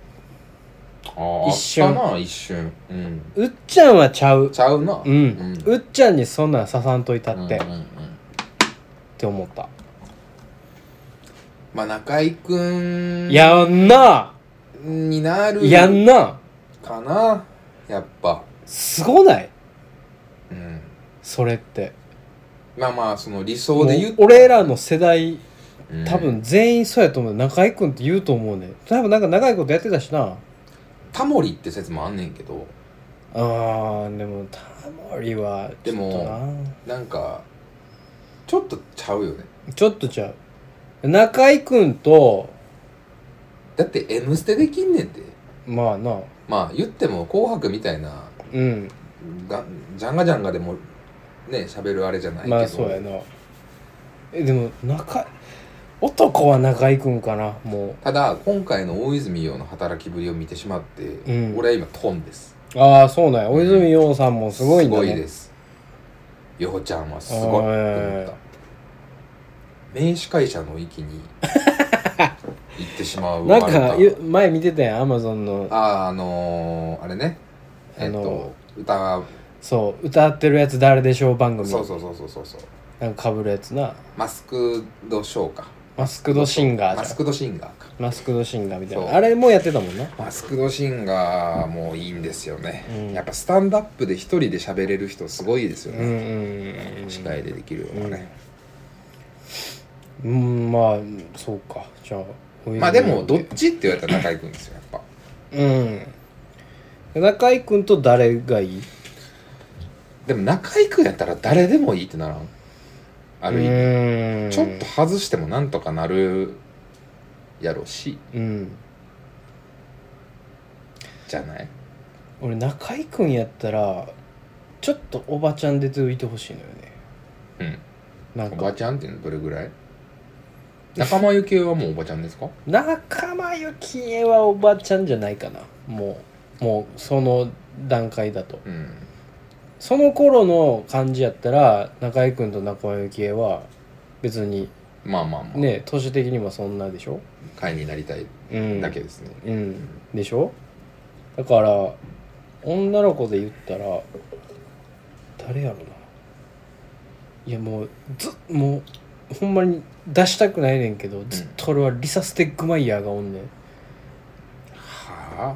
Speaker 2: ああ
Speaker 1: 一瞬
Speaker 2: あったな一瞬うん
Speaker 1: うっちゃんはちゃう
Speaker 2: ちゃうな
Speaker 1: うん、うっちゃんにそんなん刺さんといた
Speaker 2: うん
Speaker 1: って、
Speaker 2: うん
Speaker 1: っ
Speaker 2: うん
Speaker 1: て思った
Speaker 2: まあ中居君
Speaker 1: やんな
Speaker 2: になる
Speaker 1: やんな
Speaker 2: かなやっぱ
Speaker 1: すごない
Speaker 2: うん
Speaker 1: それって
Speaker 2: まあまあその理想で言
Speaker 1: も
Speaker 2: う
Speaker 1: う俺らの世代
Speaker 2: うん
Speaker 1: 多分全員そうやと思う中居君って言うと思うね多分なんか長いことやってたしな
Speaker 2: タモリって説もあんねんけど
Speaker 1: あーでもタモリはちょっと
Speaker 2: でなんかちょっとちゃうよね
Speaker 1: なちょっとちゃう中居君と
Speaker 2: だって「M ステ」できんねんて
Speaker 1: まあな
Speaker 2: まあ言っても「紅白」みたいな
Speaker 1: うん
Speaker 2: がジャンガジャンガでもね喋るあれじゃないけど、
Speaker 1: まあそうやなえでも中居男は中居君かなも
Speaker 2: ただ今回の大泉洋の働きぶりを見てしまって、
Speaker 1: うん
Speaker 2: 俺は今トンです
Speaker 1: うああそうなんや大泉洋さんもすごいんだ、ね
Speaker 2: ですヨホちゃんはすごい
Speaker 1: あー
Speaker 2: って思った名司会者の 域に行ってしまう
Speaker 1: なん
Speaker 2: 我々
Speaker 1: かゆ前見てたやんアマゾンの
Speaker 2: あーあのー、あれねえっ、
Speaker 1: あ
Speaker 2: と
Speaker 1: の
Speaker 2: 歌
Speaker 1: そう歌ってるやつ誰でしょう番組
Speaker 2: そうそうそうそうそうそう
Speaker 1: なんかかぶるやつな
Speaker 2: マスクドショーか
Speaker 1: マスクドシンガーじゃん
Speaker 2: マスクドシンガーか
Speaker 1: マスクドシンガーみたい
Speaker 2: そう
Speaker 1: なあれもやってたもんな
Speaker 2: マスクドシンガーもいいんですよね、
Speaker 1: うん
Speaker 2: やっぱスタンドアップで一人で喋れる人すごいですよ
Speaker 1: うん
Speaker 2: ね、
Speaker 1: うんうん
Speaker 2: 司会でできるようなね、
Speaker 1: うんまあそうかじゃあ
Speaker 2: まあでもどっちって言われたら中居君ですよやっぱ
Speaker 1: うん中居君と誰がいい
Speaker 2: でも中居君やったら誰でもいいってならんある意味、
Speaker 1: うん
Speaker 2: ちょっと外してもなんとかなるやろし
Speaker 1: うん
Speaker 2: じゃない
Speaker 1: 俺中居君やったらちょっとおばちゃん出ていてほしいのよね
Speaker 2: うん
Speaker 1: なん
Speaker 2: おば
Speaker 1: か
Speaker 2: ちゃんっていうのどれぐらい仲間由紀恵はもうおばちゃんですか
Speaker 1: 仲間由紀恵はおばちゃんじゃないかなもうもうその段階だと
Speaker 2: うん
Speaker 1: その頃の感じやったら中居君と仲間由紀恵は別に
Speaker 2: まあまあまあ、
Speaker 1: ね年的にもそんなでしょ
Speaker 2: 会になりたい
Speaker 1: うん
Speaker 2: だけですね、
Speaker 1: うんでしょだから女の子で言ったら誰やろないやもうずっもうほんまに出したくないねんけどずっと俺はリサ・ステッグマイヤーがおんねん
Speaker 2: はあ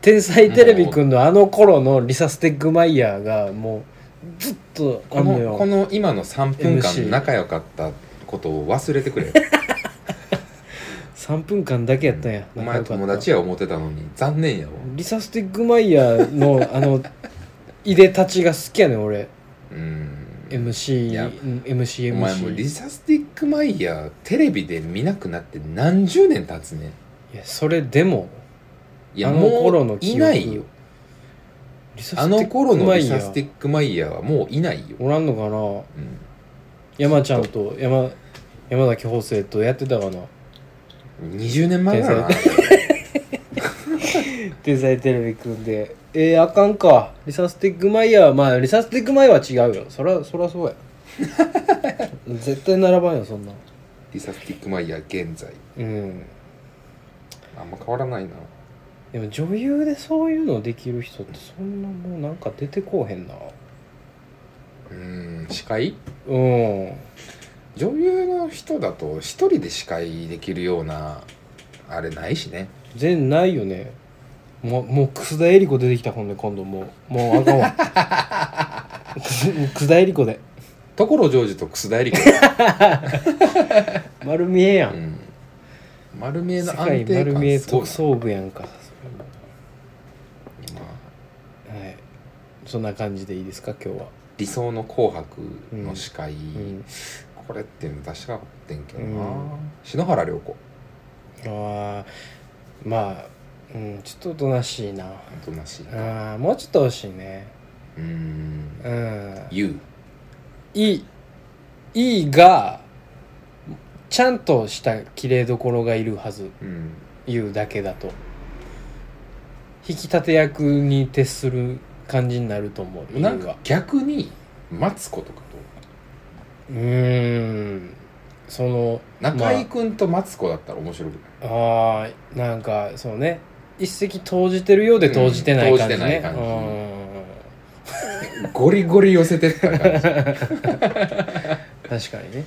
Speaker 1: 天才テレビくんのあの頃のリサ・ステッグマイヤーがもうずっとあ
Speaker 2: こ
Speaker 1: んの
Speaker 2: のこ
Speaker 1: よ
Speaker 2: の今の3分
Speaker 1: MC
Speaker 2: 間仲良かったことを忘れてくれ
Speaker 1: 3分間だ けやったんや
Speaker 2: お前
Speaker 1: 仲良
Speaker 2: 友
Speaker 1: かっ
Speaker 2: 達や思ってたのに残念やわ
Speaker 1: たリサ・ステッグマイヤーのあ のいでたちが好きやねん俺
Speaker 2: うん
Speaker 1: MC
Speaker 2: いや
Speaker 1: うん MC
Speaker 2: お前もう
Speaker 1: MC
Speaker 2: リサ・スティック・マイヤーテレビで見なくなって何十年経つね
Speaker 1: いやそれでも
Speaker 2: いや
Speaker 1: あの頃の
Speaker 2: もう
Speaker 1: 記
Speaker 2: い
Speaker 1: 憶
Speaker 2: ないよ
Speaker 1: リサ
Speaker 2: あの頃のリサ・
Speaker 1: ス
Speaker 2: ス
Speaker 1: テ
Speaker 2: テ
Speaker 1: ィ
Speaker 2: ィ
Speaker 1: ッ
Speaker 2: ック・マイヤーはもういないよ
Speaker 1: ク、マイヤーおらんのかな
Speaker 2: うん
Speaker 1: 山ちゃんと山山崎邦生とやってたかな
Speaker 2: 20年前だ な
Speaker 1: 天才テレビ組んでえー、あかんかリサ・スティックマイヤーまあリサ・スティックマイヤーは違うよそらそらそう や絶対並ばんよそんな
Speaker 2: リサ・スティック・マイヤー現在
Speaker 1: うん
Speaker 2: あんま変わらないな
Speaker 1: でも女優でそういうのできる人ってそんなもうなんか出てこうへんな
Speaker 2: うん司会
Speaker 1: うん
Speaker 2: 女優の人だと一人で司会できるようなあれないしね
Speaker 1: 全然ないよねもうもう楠田絵理子出てきたほんで今度もうもうあかんわ 楠田絵理子で
Speaker 2: 所ジョージと楠田絵理子、
Speaker 1: 丸見えや、
Speaker 2: うんん、丸見えの
Speaker 1: 世
Speaker 2: 安
Speaker 1: 界
Speaker 2: 定
Speaker 1: 丸見え
Speaker 2: 感すごい
Speaker 1: 特捜部やんか、
Speaker 2: なまあ
Speaker 1: はい、そんな感じでいいですか今日は
Speaker 2: 理想の「紅白」の司会、
Speaker 1: ん
Speaker 2: これっていうの出したかったんけどな、
Speaker 1: うん
Speaker 2: 篠原涼子
Speaker 1: あーまあ、うん、ちょっとおとなしいな
Speaker 2: おとなしい
Speaker 1: あーもうちょっと欲しいね
Speaker 2: うーん
Speaker 1: うん
Speaker 2: YOU
Speaker 1: いいいいがちゃんとした綺麗どころがいるはず
Speaker 2: うん
Speaker 1: いうだけだと引き立て役に徹する感じになると思う
Speaker 2: な
Speaker 1: 優
Speaker 2: ん
Speaker 1: は
Speaker 2: か逆に待つことかと
Speaker 1: うーんその
Speaker 2: 中居君とマツコだったら面白くない、
Speaker 1: まああーなんかそうね一石投じてるようで投じてない感じ
Speaker 2: うん投じ
Speaker 1: ね
Speaker 2: てない感じ
Speaker 1: う
Speaker 2: ゴリゴリ寄せてった
Speaker 1: ん
Speaker 2: 感じ
Speaker 1: 確かにね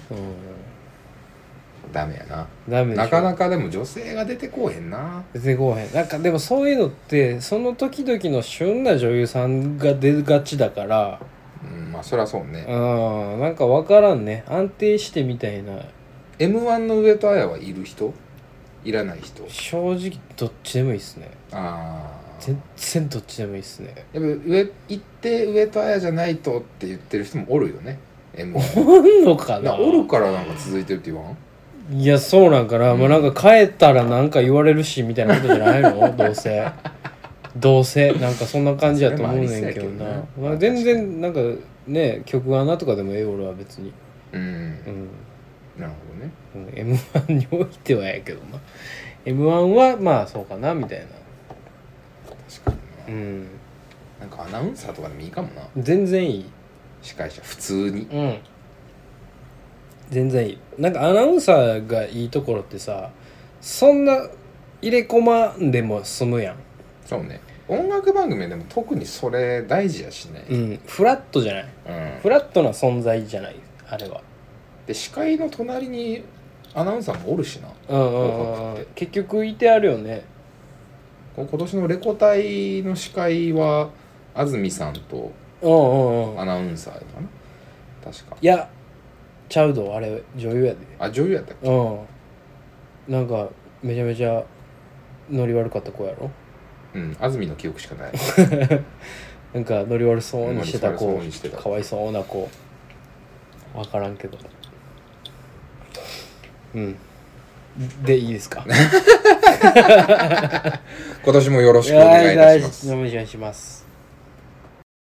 Speaker 2: ダメやな
Speaker 1: うんダメでしょ
Speaker 2: なかなかでも女性が出てこうへんな
Speaker 1: 出てこうへんなんかでもそういうのってその時々の旬な女優さんが出がちだから
Speaker 2: うんまあそりゃそうね
Speaker 1: うんなんか分からんね安定してみたいな
Speaker 2: m 1の上戸彩はいる人いらない人
Speaker 1: 正直どっちでもいいっすね
Speaker 2: ああ
Speaker 1: 全然どっちでもいいっすね
Speaker 2: やっぱ上行って上戸彩じゃないとって言ってる人もおるよね m 1
Speaker 1: おんのかな
Speaker 2: なおるからなんか続いてるって言わん
Speaker 1: いやそうなんかな、
Speaker 2: うん
Speaker 1: もうなんか帰ったらなんか言われるしみたいなことじゃない のどうせどうせなんかそんな感じやと思うねんけどな
Speaker 2: それもありそうやけどな
Speaker 1: まあ全然なんかね曲穴とかでもええ俺は別に
Speaker 2: うん
Speaker 1: うん
Speaker 2: なるほどね
Speaker 1: m 1においてはやけどな m 1はまあそうかなみたいな
Speaker 2: 確かに
Speaker 1: うん
Speaker 2: ななんかアナウンサーとかでもいいかもな
Speaker 1: 全然いい
Speaker 2: 司会者普通に
Speaker 1: うん全然いいなんかアナウンサーがいいところってさそんな入れ込まんでも済むやん、
Speaker 2: そうね音楽番組でも特にそれ大事やしね、
Speaker 1: うん、フラットじゃない
Speaker 2: うん
Speaker 1: フラットな存在じゃないあれは
Speaker 2: で司会の隣にアナウンサーもおるしな
Speaker 1: うん
Speaker 2: うんうん
Speaker 1: 結局いてあるよね
Speaker 2: こう今年のレコ大の司会は安住さんと
Speaker 1: うんうんうん
Speaker 2: アナウンサーやったかな確か
Speaker 1: いやちゃうどあれ女優やで
Speaker 2: あ女優やったっけ
Speaker 1: うんなんかめちゃめちゃノリ悪かった子やろ
Speaker 2: うん安住の記憶しかない
Speaker 1: なんかノリ悪そうにしてた
Speaker 2: ノリ
Speaker 1: 子
Speaker 2: 悪そうにしてた
Speaker 1: かわいそうな子わからんけどうんでいいですかよ
Speaker 2: 今年もよろしくお願いいたします
Speaker 1: お願いします